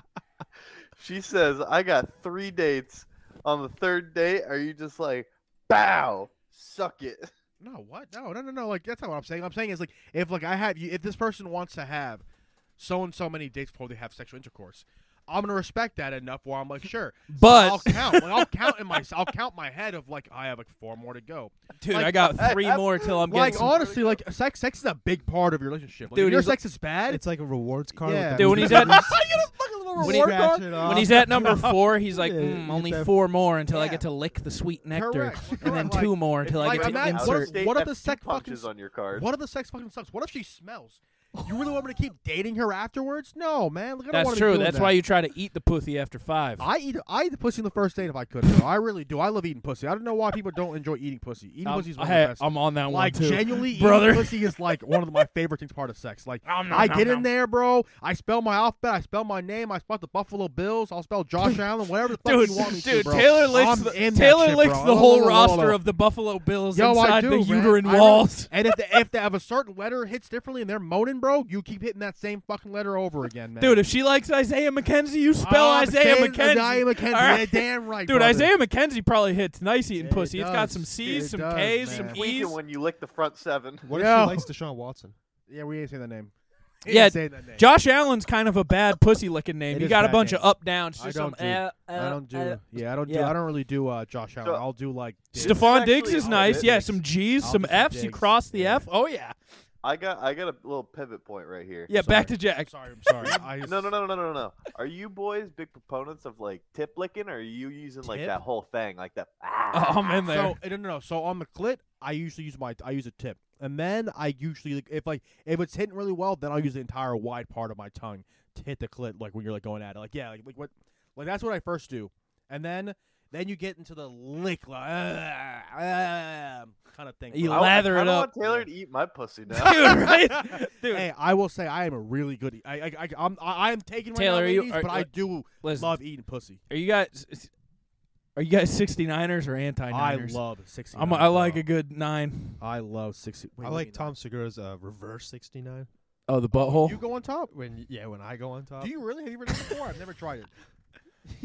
[SPEAKER 7] She says, I got three dates. On the third date, are you just like, bow, suck it?
[SPEAKER 3] No, what? No, no, no, no. Like, that's not what I'm saying. I'm saying is, like, if, like, I have you, if this person wants to have so and so many dates before they have sexual intercourse, I'm going to respect that enough where I'm like, sure.
[SPEAKER 1] But
[SPEAKER 3] I'll count. Like, I'll count in my, I'll count my head of, like, I have, like, four more to go.
[SPEAKER 1] dude,
[SPEAKER 3] Like,
[SPEAKER 1] I oh, got three more till I'm
[SPEAKER 3] like
[SPEAKER 1] getting. some-
[SPEAKER 3] honestly, like sex, sex is a big part of your relationship. Like,
[SPEAKER 1] Dude,
[SPEAKER 3] if your
[SPEAKER 1] he's like-
[SPEAKER 3] sex is bad.
[SPEAKER 2] It's like a rewards card.
[SPEAKER 3] Yeah.
[SPEAKER 2] With
[SPEAKER 1] Dude, when he's at-
[SPEAKER 2] when,
[SPEAKER 1] he- when he's at number
[SPEAKER 2] four.
[SPEAKER 1] four, he's like,
[SPEAKER 2] Yeah,
[SPEAKER 1] mm,
[SPEAKER 2] you
[SPEAKER 1] only
[SPEAKER 2] get that-
[SPEAKER 1] four more until I
[SPEAKER 3] Yeah.
[SPEAKER 1] get to lick the sweet nectar,
[SPEAKER 3] Correct,
[SPEAKER 1] and then
[SPEAKER 3] correct.
[SPEAKER 1] two more until I
[SPEAKER 3] like,
[SPEAKER 1] get to
[SPEAKER 3] imagine-
[SPEAKER 1] insert.
[SPEAKER 3] what if- what if
[SPEAKER 7] the
[SPEAKER 3] the sex fucking
[SPEAKER 7] punches
[SPEAKER 3] s-
[SPEAKER 7] on your card?
[SPEAKER 3] what if the sex fucking sucks? What if she smells? You really want me to keep dating her afterwards? No, man. Like, I don't
[SPEAKER 1] That's
[SPEAKER 3] wanna be
[SPEAKER 1] true.
[SPEAKER 3] doing
[SPEAKER 1] That's
[SPEAKER 3] that.
[SPEAKER 1] why you try to eat the pussy after five.
[SPEAKER 3] I eat. I eat the pussy on the first date if I could. Bro. I really do. I love eating pussy. I don't know why people don't enjoy eating pussy. Eating
[SPEAKER 1] I'm,
[SPEAKER 3] pussy is one
[SPEAKER 1] hey,
[SPEAKER 3] of the best.
[SPEAKER 1] I'm on that
[SPEAKER 3] like
[SPEAKER 1] one too.
[SPEAKER 3] genuinely,
[SPEAKER 1] brother.
[SPEAKER 3] eating pussy is like one of my favorite things part of sex. Like
[SPEAKER 1] Nom, nom,
[SPEAKER 3] I
[SPEAKER 1] nom,
[SPEAKER 3] get
[SPEAKER 1] nom.
[SPEAKER 3] in there, bro. I spell my alphabet. I spell my name. I spell the Buffalo Bills. I'll spell Josh Allen. Whatever the fuck
[SPEAKER 1] Dude,
[SPEAKER 3] you want me to,
[SPEAKER 1] dude,
[SPEAKER 3] bro.
[SPEAKER 1] Taylor licks
[SPEAKER 3] I'm
[SPEAKER 1] the,
[SPEAKER 3] in that
[SPEAKER 1] Taylor
[SPEAKER 3] shit,
[SPEAKER 1] licks
[SPEAKER 3] bro.
[SPEAKER 1] the
[SPEAKER 3] Hold
[SPEAKER 1] whole
[SPEAKER 3] on, hold on, hold
[SPEAKER 1] roster
[SPEAKER 3] on.
[SPEAKER 1] of the Buffalo Bills
[SPEAKER 3] Yo, I
[SPEAKER 1] inside
[SPEAKER 3] do,
[SPEAKER 1] the
[SPEAKER 3] man.
[SPEAKER 1] uterine
[SPEAKER 3] I re-
[SPEAKER 1] walls.
[SPEAKER 3] And if the, if the, if a certain letter hits differently and they're moaning, bro, you keep hitting that same fucking letter over again, man.
[SPEAKER 1] Dude, if she likes Isaiah McKenzie, you spell
[SPEAKER 3] I'm
[SPEAKER 1] Isaiah
[SPEAKER 3] saying
[SPEAKER 1] McKenzie.
[SPEAKER 3] Isaiah McKenzie,
[SPEAKER 1] All right.
[SPEAKER 3] yeah, damn right,
[SPEAKER 1] Dude,
[SPEAKER 3] brother.
[SPEAKER 1] Isaiah McKenzie probably hits nice eating
[SPEAKER 3] Yeah, he
[SPEAKER 1] pussy. It's got
[SPEAKER 3] does.
[SPEAKER 1] some C's,
[SPEAKER 3] It
[SPEAKER 1] some
[SPEAKER 3] does,
[SPEAKER 1] K's,
[SPEAKER 3] man.
[SPEAKER 1] some
[SPEAKER 3] Tweaking
[SPEAKER 1] E's.
[SPEAKER 7] Tweaking when you lick the front seven.
[SPEAKER 2] What if
[SPEAKER 3] Yo.
[SPEAKER 2] she likes Deshaun Watson?
[SPEAKER 3] yeah, we ain't saying that name.
[SPEAKER 1] Yeah,
[SPEAKER 2] saying that name.
[SPEAKER 1] Josh Allen's kind of a bad pussy licking name.
[SPEAKER 2] It
[SPEAKER 1] You
[SPEAKER 2] is
[SPEAKER 1] got a
[SPEAKER 2] bad
[SPEAKER 1] bunch
[SPEAKER 2] name.
[SPEAKER 1] of up downs.
[SPEAKER 3] I
[SPEAKER 1] Just
[SPEAKER 3] don't
[SPEAKER 1] some,
[SPEAKER 3] do-
[SPEAKER 1] uh, uh,
[SPEAKER 3] I don't do.
[SPEAKER 1] uh.
[SPEAKER 3] yeah, I don't do.
[SPEAKER 1] yeah.
[SPEAKER 3] I don't really do uh, Josh Allen.
[SPEAKER 7] So-
[SPEAKER 3] I'll do like. Diggs.
[SPEAKER 1] Stephon
[SPEAKER 7] actually
[SPEAKER 1] Diggs is
[SPEAKER 7] all
[SPEAKER 1] nice.
[SPEAKER 7] it
[SPEAKER 1] Yeah,
[SPEAKER 7] is.
[SPEAKER 1] some G's,
[SPEAKER 3] I'll
[SPEAKER 1] some
[SPEAKER 3] do some
[SPEAKER 1] F's. You
[SPEAKER 3] Diggs.
[SPEAKER 1] cross the
[SPEAKER 3] Yeah.
[SPEAKER 1] F. Oh yeah.
[SPEAKER 7] I got I got a little pivot point right here.
[SPEAKER 1] Yeah, back to Jack.
[SPEAKER 3] Sorry, I'm sorry. I
[SPEAKER 7] No, no, no, no, no, no, no. Are you boys big proponents of like tip licking, or are you using like
[SPEAKER 3] Tip?
[SPEAKER 7] that whole thing, like that?
[SPEAKER 1] Oh,
[SPEAKER 7] Ah,
[SPEAKER 1] I'm in there.
[SPEAKER 3] So eh, no, no, no. So on the clit, I usually use my I use a tip, and then I usually like, if like if it's hitting really well, then I'll use the entire wide part of my tongue to hit the clit, like when you're like going at it, like yeah, like, like what, like that's what I first do, and then then you get into the lick like, ah, kind of thing.
[SPEAKER 1] You
[SPEAKER 3] But I-
[SPEAKER 7] I-
[SPEAKER 1] lather it
[SPEAKER 7] I, kinda
[SPEAKER 1] up.
[SPEAKER 7] want Taylor to eat my pussy now.
[SPEAKER 1] dude, right? Dude,
[SPEAKER 3] Hey, I will say I am a really good. e, I I I I'm, I am taking right
[SPEAKER 1] Taylor,
[SPEAKER 3] now,
[SPEAKER 1] are you-
[SPEAKER 3] ladies,
[SPEAKER 1] are- uh,
[SPEAKER 3] but I do
[SPEAKER 1] listen.
[SPEAKER 3] love eating pussy.
[SPEAKER 1] Are you guys? Are you guys 69ers or anti Niners?
[SPEAKER 3] I love sixty.
[SPEAKER 1] I'm, I like a good nine.
[SPEAKER 3] I love sixty.
[SPEAKER 2] I like Tom Segura's uh, reverse 69.
[SPEAKER 1] Oh, the butthole.
[SPEAKER 3] You go on top.
[SPEAKER 2] When yeah, when I go on top.
[SPEAKER 3] Do you really? Have you ever done it before? I've never tried it.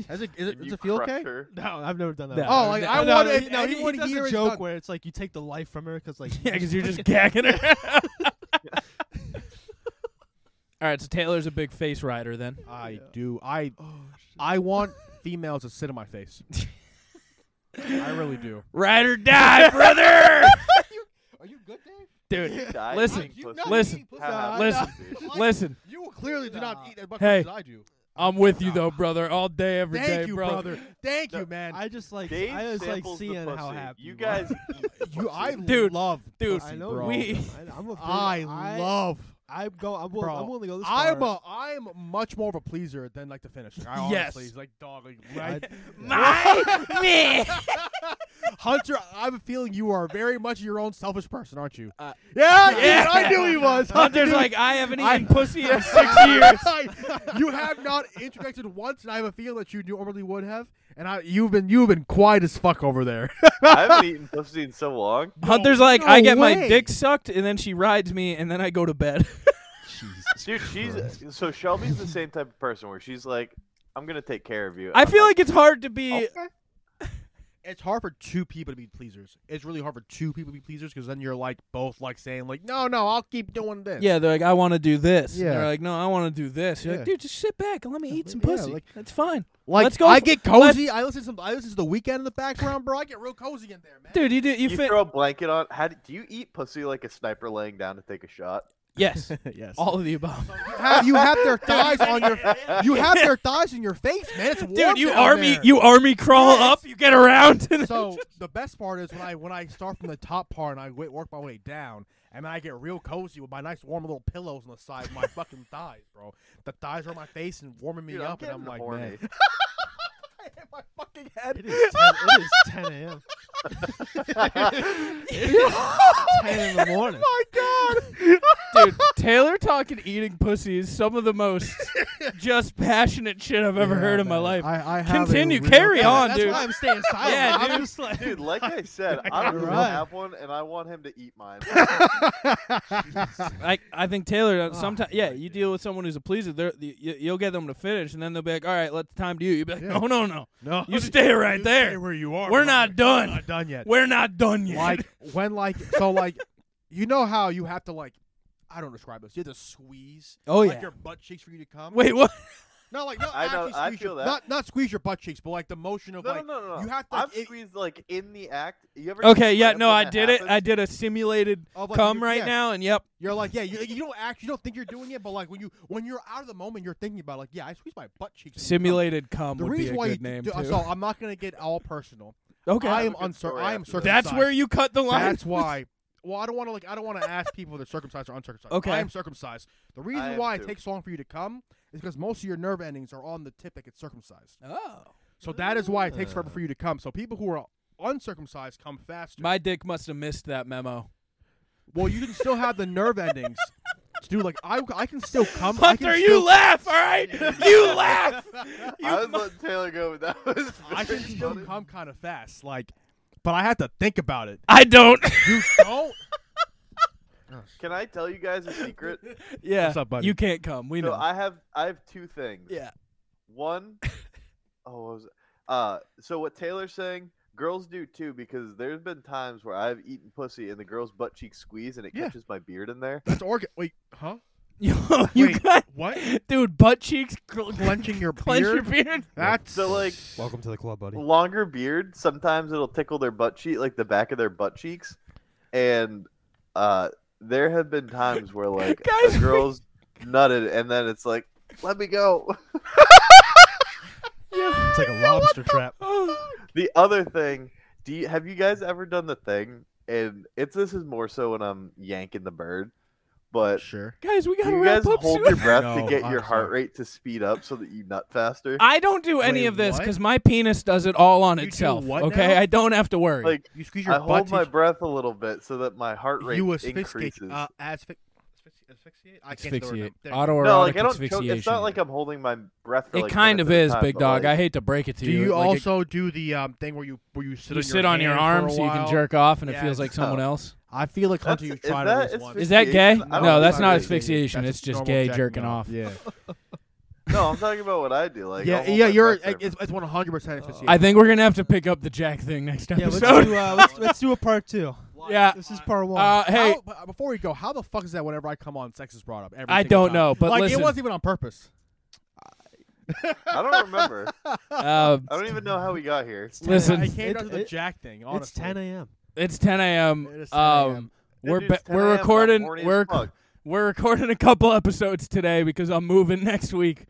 [SPEAKER 3] Has it, is it,
[SPEAKER 7] Did
[SPEAKER 3] does
[SPEAKER 7] you
[SPEAKER 3] it feel
[SPEAKER 7] crush
[SPEAKER 3] okay?
[SPEAKER 7] her?
[SPEAKER 2] No, I've never done that.
[SPEAKER 1] No.
[SPEAKER 2] before.
[SPEAKER 1] Oh, like,
[SPEAKER 2] No,
[SPEAKER 1] I
[SPEAKER 2] no,
[SPEAKER 3] wanna-
[SPEAKER 2] he-
[SPEAKER 3] no, he-
[SPEAKER 2] anyone
[SPEAKER 3] he does a
[SPEAKER 2] hear a
[SPEAKER 3] joke
[SPEAKER 2] joke where it's like you take the life from her because like
[SPEAKER 1] yeah, because you're just gagging her. All right, so Taylor's a big face rider then.
[SPEAKER 3] I
[SPEAKER 2] Yeah.
[SPEAKER 3] do. I I want females to sit in my face. I really do.
[SPEAKER 1] Ride or die, brother.
[SPEAKER 2] Are you good, Dave?
[SPEAKER 1] Dude,
[SPEAKER 7] Die
[SPEAKER 1] listen,
[SPEAKER 7] eating pussy.
[SPEAKER 1] not listen, eating
[SPEAKER 7] Ha, ha,
[SPEAKER 1] listen.
[SPEAKER 7] pussy.
[SPEAKER 1] listen.
[SPEAKER 3] You clearly do not eat as much
[SPEAKER 1] Hey.
[SPEAKER 3] as I do.
[SPEAKER 1] I'm with you though, brother. All day, every day,
[SPEAKER 3] Thank you,
[SPEAKER 1] bro.
[SPEAKER 3] brother. Thank you,
[SPEAKER 7] No,
[SPEAKER 3] man.
[SPEAKER 2] I just like
[SPEAKER 7] Dave
[SPEAKER 2] I was like
[SPEAKER 7] samples the
[SPEAKER 2] seeing how
[SPEAKER 7] pussy.
[SPEAKER 2] happy
[SPEAKER 7] you
[SPEAKER 2] are.
[SPEAKER 7] guys. eat the
[SPEAKER 3] you, I
[SPEAKER 7] pussy.
[SPEAKER 1] Dude,
[SPEAKER 3] love
[SPEAKER 1] dude,
[SPEAKER 3] pussy,
[SPEAKER 2] I know
[SPEAKER 3] bro.
[SPEAKER 1] we-
[SPEAKER 2] I, I'm a big,
[SPEAKER 3] I love.
[SPEAKER 2] I'm go. I'm, will,
[SPEAKER 3] Bro,
[SPEAKER 2] I'm willing to go this
[SPEAKER 3] I'm
[SPEAKER 2] far.
[SPEAKER 3] a, I'm much more of a pleaser than like the finisher. I
[SPEAKER 1] Yes.
[SPEAKER 3] honestly, it's like dog, like right.
[SPEAKER 1] My man.
[SPEAKER 3] Hunter, I have a feeling you are very much your own selfish person, aren't you?
[SPEAKER 1] Uh,
[SPEAKER 3] yeah,
[SPEAKER 1] yeah.
[SPEAKER 3] dude, I knew he was.
[SPEAKER 1] Hunter's
[SPEAKER 3] Dude,
[SPEAKER 1] like, I haven't
[SPEAKER 3] I-
[SPEAKER 1] eaten pussy in six years.
[SPEAKER 3] you have not interjected once, and I have a feeling that you normally would have. And I, you've been you've been quiet as fuck over there.
[SPEAKER 7] I haven't eaten pussy in so long.
[SPEAKER 1] Hunter's like,
[SPEAKER 3] no
[SPEAKER 1] I get my
[SPEAKER 3] way."
[SPEAKER 1] dick sucked, and then she rides me, and then I go to bed.
[SPEAKER 2] Jesus
[SPEAKER 7] Dude, she's so Shelby's the same type of person where she's like, I'm gonna take care of you. And
[SPEAKER 1] I
[SPEAKER 3] Uh,
[SPEAKER 7] I'm
[SPEAKER 1] feel like it's hard to
[SPEAKER 3] oh,
[SPEAKER 1] be.
[SPEAKER 3] It's hard for two people to be pleasers. It's really hard for two people to be pleasers because then you're like both like saying like, no, no, I'll keep doing this.
[SPEAKER 1] Yeah, they're like, I want to do this. Yeah.
[SPEAKER 3] Yeah.
[SPEAKER 1] They're like, no, I want to do this. You're
[SPEAKER 3] Yeah.
[SPEAKER 1] like, dude, just sit back and let me eat some
[SPEAKER 3] yeah,
[SPEAKER 1] pussy.
[SPEAKER 3] like-
[SPEAKER 1] That's fine.
[SPEAKER 3] like
[SPEAKER 1] Let's go
[SPEAKER 3] I
[SPEAKER 1] for-
[SPEAKER 3] get cozy. I listen to some. I listen to the weekend in the background, bro. I get real cozy in there, man.
[SPEAKER 1] Dude, you do you,
[SPEAKER 7] You
[SPEAKER 1] fit
[SPEAKER 7] throw a blanket on. How do, do you eat pussy like a sniper laying down to take a shot?
[SPEAKER 1] Yes.
[SPEAKER 3] yes.
[SPEAKER 1] All of the above.
[SPEAKER 3] have, you have their thighs on your you have their thighs in your face, man. It's warm
[SPEAKER 1] Dude, you
[SPEAKER 3] down
[SPEAKER 1] army
[SPEAKER 3] there.
[SPEAKER 1] you army crawl
[SPEAKER 3] Yes.
[SPEAKER 1] up, you get around. and then
[SPEAKER 3] So the best part is when I when I start from the top part and I wi- work my way down, and then I get real cozy with my nice warm little pillows on the side of my fucking thighs, bro. The thighs are on my face and warming me
[SPEAKER 7] Dude, I'm
[SPEAKER 3] up, and
[SPEAKER 7] getting
[SPEAKER 3] I'm like,
[SPEAKER 7] horny.
[SPEAKER 3] man, I hit my fucking head.
[SPEAKER 2] It is 10, it is 10 a.m. It is 10 in the morning.
[SPEAKER 3] Oh my god,
[SPEAKER 1] Dude, Taylor talking eating pussy is some of the most just passionate shit I've ever heard in my life.
[SPEAKER 3] I, I
[SPEAKER 1] have a Continue, real- carry on.
[SPEAKER 2] That's
[SPEAKER 1] dude.
[SPEAKER 2] why I'm staying silent.
[SPEAKER 1] Yeah,
[SPEAKER 2] I'm
[SPEAKER 1] dude.
[SPEAKER 2] just like,
[SPEAKER 7] Dude, like I said, I don't
[SPEAKER 2] Right.
[SPEAKER 7] have one, and I want him to eat mine.
[SPEAKER 1] I, I think
[SPEAKER 3] Oh,
[SPEAKER 1] Taylor sometimes
[SPEAKER 2] my
[SPEAKER 1] yeah you deal with someone who's a pleaser they're, you, you'll get them to finish and then they'll be like all right let the time do you you be like
[SPEAKER 3] Yeah.
[SPEAKER 1] no no no
[SPEAKER 3] No,
[SPEAKER 1] you stay right
[SPEAKER 3] you
[SPEAKER 1] there
[SPEAKER 3] stay where you are.
[SPEAKER 1] We're
[SPEAKER 3] bro.
[SPEAKER 1] not done.
[SPEAKER 3] We're not done yet.
[SPEAKER 1] we're not done yet
[SPEAKER 3] like when like so like you know how you have to like I don't describe this. You have to squeeze
[SPEAKER 1] oh
[SPEAKER 3] like your butt cheeks for you to come.
[SPEAKER 1] wait what
[SPEAKER 3] not like not
[SPEAKER 7] I know-
[SPEAKER 3] actually
[SPEAKER 7] I
[SPEAKER 3] squeeze
[SPEAKER 7] feel
[SPEAKER 3] your
[SPEAKER 7] that.
[SPEAKER 3] not not squeeze your butt cheeks, but like the motion of
[SPEAKER 7] No,
[SPEAKER 3] like
[SPEAKER 7] no, no, no.
[SPEAKER 3] you have to
[SPEAKER 7] I've
[SPEAKER 3] like, it-
[SPEAKER 7] squeezed like in the act. You ever?
[SPEAKER 1] okay
[SPEAKER 7] get
[SPEAKER 1] yeah
[SPEAKER 7] cramped
[SPEAKER 1] no
[SPEAKER 7] when
[SPEAKER 1] I
[SPEAKER 7] that
[SPEAKER 1] did it I
[SPEAKER 7] happens?
[SPEAKER 1] did a simulated
[SPEAKER 3] of, like,
[SPEAKER 1] come
[SPEAKER 3] you-
[SPEAKER 1] right
[SPEAKER 3] yeah,
[SPEAKER 1] now and yep
[SPEAKER 3] You're like yeah, you, you don't act, you don't think you're doing it, but like when you when you're out of the moment, you're thinking about like yeah, I squeezed my butt cheeks. and come.
[SPEAKER 1] simulated come
[SPEAKER 3] The
[SPEAKER 1] would be
[SPEAKER 3] reason
[SPEAKER 1] a
[SPEAKER 3] why you
[SPEAKER 1] good
[SPEAKER 3] d-
[SPEAKER 1] name
[SPEAKER 3] do-
[SPEAKER 1] too
[SPEAKER 3] so I'm not gonna get all personal.
[SPEAKER 1] okay
[SPEAKER 3] I am
[SPEAKER 7] Have a good
[SPEAKER 3] uncir-
[SPEAKER 7] story
[SPEAKER 3] I am
[SPEAKER 7] after this.
[SPEAKER 3] circumcised.
[SPEAKER 1] that's where you cut the line
[SPEAKER 3] That's why. Well, I don't want to like I don't want to ask people if they're circumcised or uncircumcised.
[SPEAKER 1] Okay.
[SPEAKER 3] I am circumcised. The reason
[SPEAKER 7] am
[SPEAKER 3] why
[SPEAKER 7] too.
[SPEAKER 3] it takes so long for you to come is because most of your nerve endings are on the tip that gets circumcised.
[SPEAKER 1] oh
[SPEAKER 3] So that is why it takes forever
[SPEAKER 7] Ah.
[SPEAKER 3] for you to come. So people who are uncircumcised come faster.
[SPEAKER 1] my dick must have missed that memo
[SPEAKER 3] well, you can still have the nerve endings. Dude, like I, I can still come. Um, I can
[SPEAKER 1] Hunter you
[SPEAKER 3] still,
[SPEAKER 1] laugh all right you laugh you
[SPEAKER 7] I was
[SPEAKER 1] mu-
[SPEAKER 7] letting Taylor go, but that was.
[SPEAKER 3] I can
[SPEAKER 7] very
[SPEAKER 3] still
[SPEAKER 7] funny.
[SPEAKER 3] come kind of fast, like, but I have to think about it.
[SPEAKER 1] I don't
[SPEAKER 3] You don't.
[SPEAKER 7] Can I tell you guys a secret?
[SPEAKER 1] yeah
[SPEAKER 3] What's up, buddy?
[SPEAKER 1] you can't come we
[SPEAKER 7] so
[SPEAKER 1] know
[SPEAKER 7] I have I have two things.
[SPEAKER 1] yeah
[SPEAKER 7] One, oh, what was it? uh, so what Taylor's saying, girls do too, because there's been times where I've eaten pussy and the girl's butt cheek squeeze and it
[SPEAKER 3] Yeah.
[SPEAKER 7] catches my beard in there.
[SPEAKER 3] That's organ. Wait, huh?
[SPEAKER 1] Yo, you
[SPEAKER 3] Wait,
[SPEAKER 1] got
[SPEAKER 3] what?
[SPEAKER 1] dude butt cheeks cl-
[SPEAKER 3] Clenching your
[SPEAKER 1] clench your
[SPEAKER 3] beard?
[SPEAKER 1] beard.
[SPEAKER 3] That's
[SPEAKER 7] So like
[SPEAKER 2] Welcome to the club, buddy.
[SPEAKER 7] longer beard, sometimes it'll tickle their butt cheek, like the back of their butt cheeks, and uh, there have been times where like
[SPEAKER 1] Guys,
[SPEAKER 7] a
[SPEAKER 1] we-
[SPEAKER 7] girl's nutted, and then it's like, let me go.
[SPEAKER 2] It's like a lobster trap.
[SPEAKER 1] Oh,
[SPEAKER 7] the other thing, do you, have you guys ever done the thing? And it's this is more so when I'm yanking the bird, but
[SPEAKER 3] sure.
[SPEAKER 1] guys, we gotta
[SPEAKER 7] you
[SPEAKER 1] wrap
[SPEAKER 7] guys
[SPEAKER 1] up
[SPEAKER 7] hold
[SPEAKER 1] soon.
[SPEAKER 7] your breath
[SPEAKER 3] No,
[SPEAKER 7] to get your
[SPEAKER 3] honestly.
[SPEAKER 7] heart rate to speed up so that you nut faster.
[SPEAKER 1] I don't do any
[SPEAKER 3] Wait,
[SPEAKER 1] of this
[SPEAKER 3] what?
[SPEAKER 1] because my penis does it all on
[SPEAKER 3] You do
[SPEAKER 1] itself.
[SPEAKER 3] what
[SPEAKER 1] okay,
[SPEAKER 3] now?
[SPEAKER 1] I don't have to worry.
[SPEAKER 7] like
[SPEAKER 3] You squeeze your
[SPEAKER 7] I
[SPEAKER 3] butt.
[SPEAKER 7] hold my breath a little bit so that my heart rate
[SPEAKER 3] you asphyxiate.
[SPEAKER 7] increases.
[SPEAKER 3] Uh, asphy- asphy- asphyxiate. I can't think of the word.
[SPEAKER 1] asphyxiate,
[SPEAKER 3] There you go.
[SPEAKER 1] autoerotic
[SPEAKER 7] no, like I don't. Choke.
[SPEAKER 1] asphyxiation.
[SPEAKER 7] It's not like I'm holding my breath. For,
[SPEAKER 1] it
[SPEAKER 7] like,
[SPEAKER 1] kind
[SPEAKER 7] minutes
[SPEAKER 1] of
[SPEAKER 7] at a
[SPEAKER 1] is,
[SPEAKER 7] time,
[SPEAKER 1] big
[SPEAKER 7] but,
[SPEAKER 1] dog.
[SPEAKER 7] like,
[SPEAKER 1] I hate to break it to
[SPEAKER 3] Do you,
[SPEAKER 1] like, it-
[SPEAKER 3] also do the um, thing where you where you sit
[SPEAKER 1] you
[SPEAKER 3] on
[SPEAKER 1] sit on your
[SPEAKER 3] hand
[SPEAKER 1] arm
[SPEAKER 3] for a
[SPEAKER 1] so you can
[SPEAKER 3] while?
[SPEAKER 1] jerk off and it
[SPEAKER 3] Yeah,
[SPEAKER 1] feels like
[SPEAKER 7] it's-
[SPEAKER 1] someone else?
[SPEAKER 2] I feel like
[SPEAKER 7] That's-
[SPEAKER 2] Hunter, you've
[SPEAKER 7] is
[SPEAKER 2] tried
[SPEAKER 7] that
[SPEAKER 2] all this once.
[SPEAKER 7] asphyxi-
[SPEAKER 1] Is that gay?
[SPEAKER 7] I don't
[SPEAKER 1] No,
[SPEAKER 7] know
[SPEAKER 1] that's
[SPEAKER 7] if
[SPEAKER 1] not
[SPEAKER 7] I-
[SPEAKER 1] asphyxiation.
[SPEAKER 3] That's
[SPEAKER 1] It's just
[SPEAKER 3] normal
[SPEAKER 1] gay
[SPEAKER 3] jacking
[SPEAKER 1] jerking
[SPEAKER 3] off.
[SPEAKER 1] off.
[SPEAKER 3] Yeah,
[SPEAKER 7] No, I'm talking about what I do. Like I'll
[SPEAKER 3] yeah,
[SPEAKER 7] hold
[SPEAKER 3] yeah.
[SPEAKER 7] my
[SPEAKER 3] You're
[SPEAKER 7] breath for-
[SPEAKER 3] it's it's one hundred percent asphyxiation.
[SPEAKER 1] I think we're gonna have to pick up the Jack thing next
[SPEAKER 2] Yeah, let's
[SPEAKER 1] episode.
[SPEAKER 2] do, uh, let's, let's do a part two.
[SPEAKER 1] Yeah.
[SPEAKER 2] This is part one.
[SPEAKER 1] Uh, hey,
[SPEAKER 3] How- but before we go, how the fuck is that? Whenever I come on, sex is brought up. Every
[SPEAKER 1] I
[SPEAKER 3] single
[SPEAKER 1] don't
[SPEAKER 3] time?
[SPEAKER 1] know, but
[SPEAKER 3] like
[SPEAKER 1] listen,
[SPEAKER 3] it wasn't even on purpose.
[SPEAKER 7] I don't remember.
[SPEAKER 1] uh,
[SPEAKER 7] I don't even know how we got here.
[SPEAKER 1] listen,
[SPEAKER 3] Oh, I came
[SPEAKER 2] It-
[SPEAKER 3] down to the
[SPEAKER 2] it-
[SPEAKER 3] jack thing. Honestly,
[SPEAKER 2] it's 10 a.m.
[SPEAKER 1] it's 10 a.m.
[SPEAKER 3] It is 10 a.m.
[SPEAKER 1] Um,
[SPEAKER 7] That
[SPEAKER 1] we're
[SPEAKER 7] dude's
[SPEAKER 1] ba-
[SPEAKER 7] 10
[SPEAKER 1] we're
[SPEAKER 7] a.m., I'm
[SPEAKER 1] recording
[SPEAKER 7] horny as
[SPEAKER 1] we're
[SPEAKER 7] fuck.
[SPEAKER 1] we're recording a couple episodes today because I'm moving next week.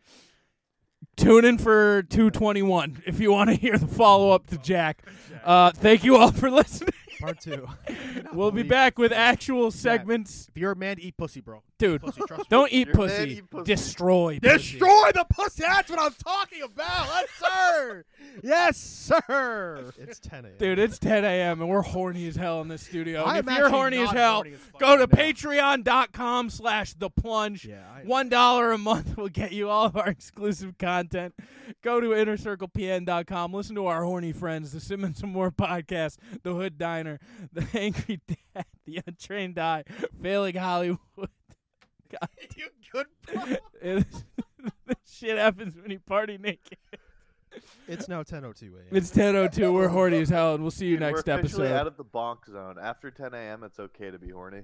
[SPEAKER 1] Tune in for 221 if you want to hear the follow up to Jack. Uh, thank you all for listening.
[SPEAKER 2] Part two.
[SPEAKER 1] We'll be back with actual segments,
[SPEAKER 3] If you're a man, eat pussy, bro.
[SPEAKER 1] dude.
[SPEAKER 3] Pussy, trust me.
[SPEAKER 1] Don't eat
[SPEAKER 7] You're
[SPEAKER 1] pussy.
[SPEAKER 7] mad, eat pussy.
[SPEAKER 1] Destroy. pussy.
[SPEAKER 3] Destroy the pussy. That's what I'm talking about. Yes, sir. yes, sir.
[SPEAKER 2] It's 10 a.m.
[SPEAKER 1] Dude, it's 10 a.m. and we're horny as hell in this studio.
[SPEAKER 3] I
[SPEAKER 1] And
[SPEAKER 3] am
[SPEAKER 1] if you're
[SPEAKER 3] actually
[SPEAKER 1] horny as
[SPEAKER 3] not
[SPEAKER 1] hell,
[SPEAKER 3] horny as fuck
[SPEAKER 1] go to
[SPEAKER 3] right
[SPEAKER 1] patreon.com slash the plunge.
[SPEAKER 3] Yeah, I-
[SPEAKER 1] One dollar a month will get you all of our exclusive content. Go to innercirclepn.com. Listen to our horny friends, the Simmons and More podcast, the Hood Diner, the Angry Dad, the Untrained Eye, Failing Hollywood. God, you good. this shit happens when you party naked.
[SPEAKER 2] It's now 10.02 a.m.
[SPEAKER 1] It's 10:02. We're horny as hell, and we'll see you
[SPEAKER 7] Dude,
[SPEAKER 1] next
[SPEAKER 7] we're officially
[SPEAKER 1] episode.
[SPEAKER 7] out of the bonk zone. After 10 a.m., it's okay to be horny.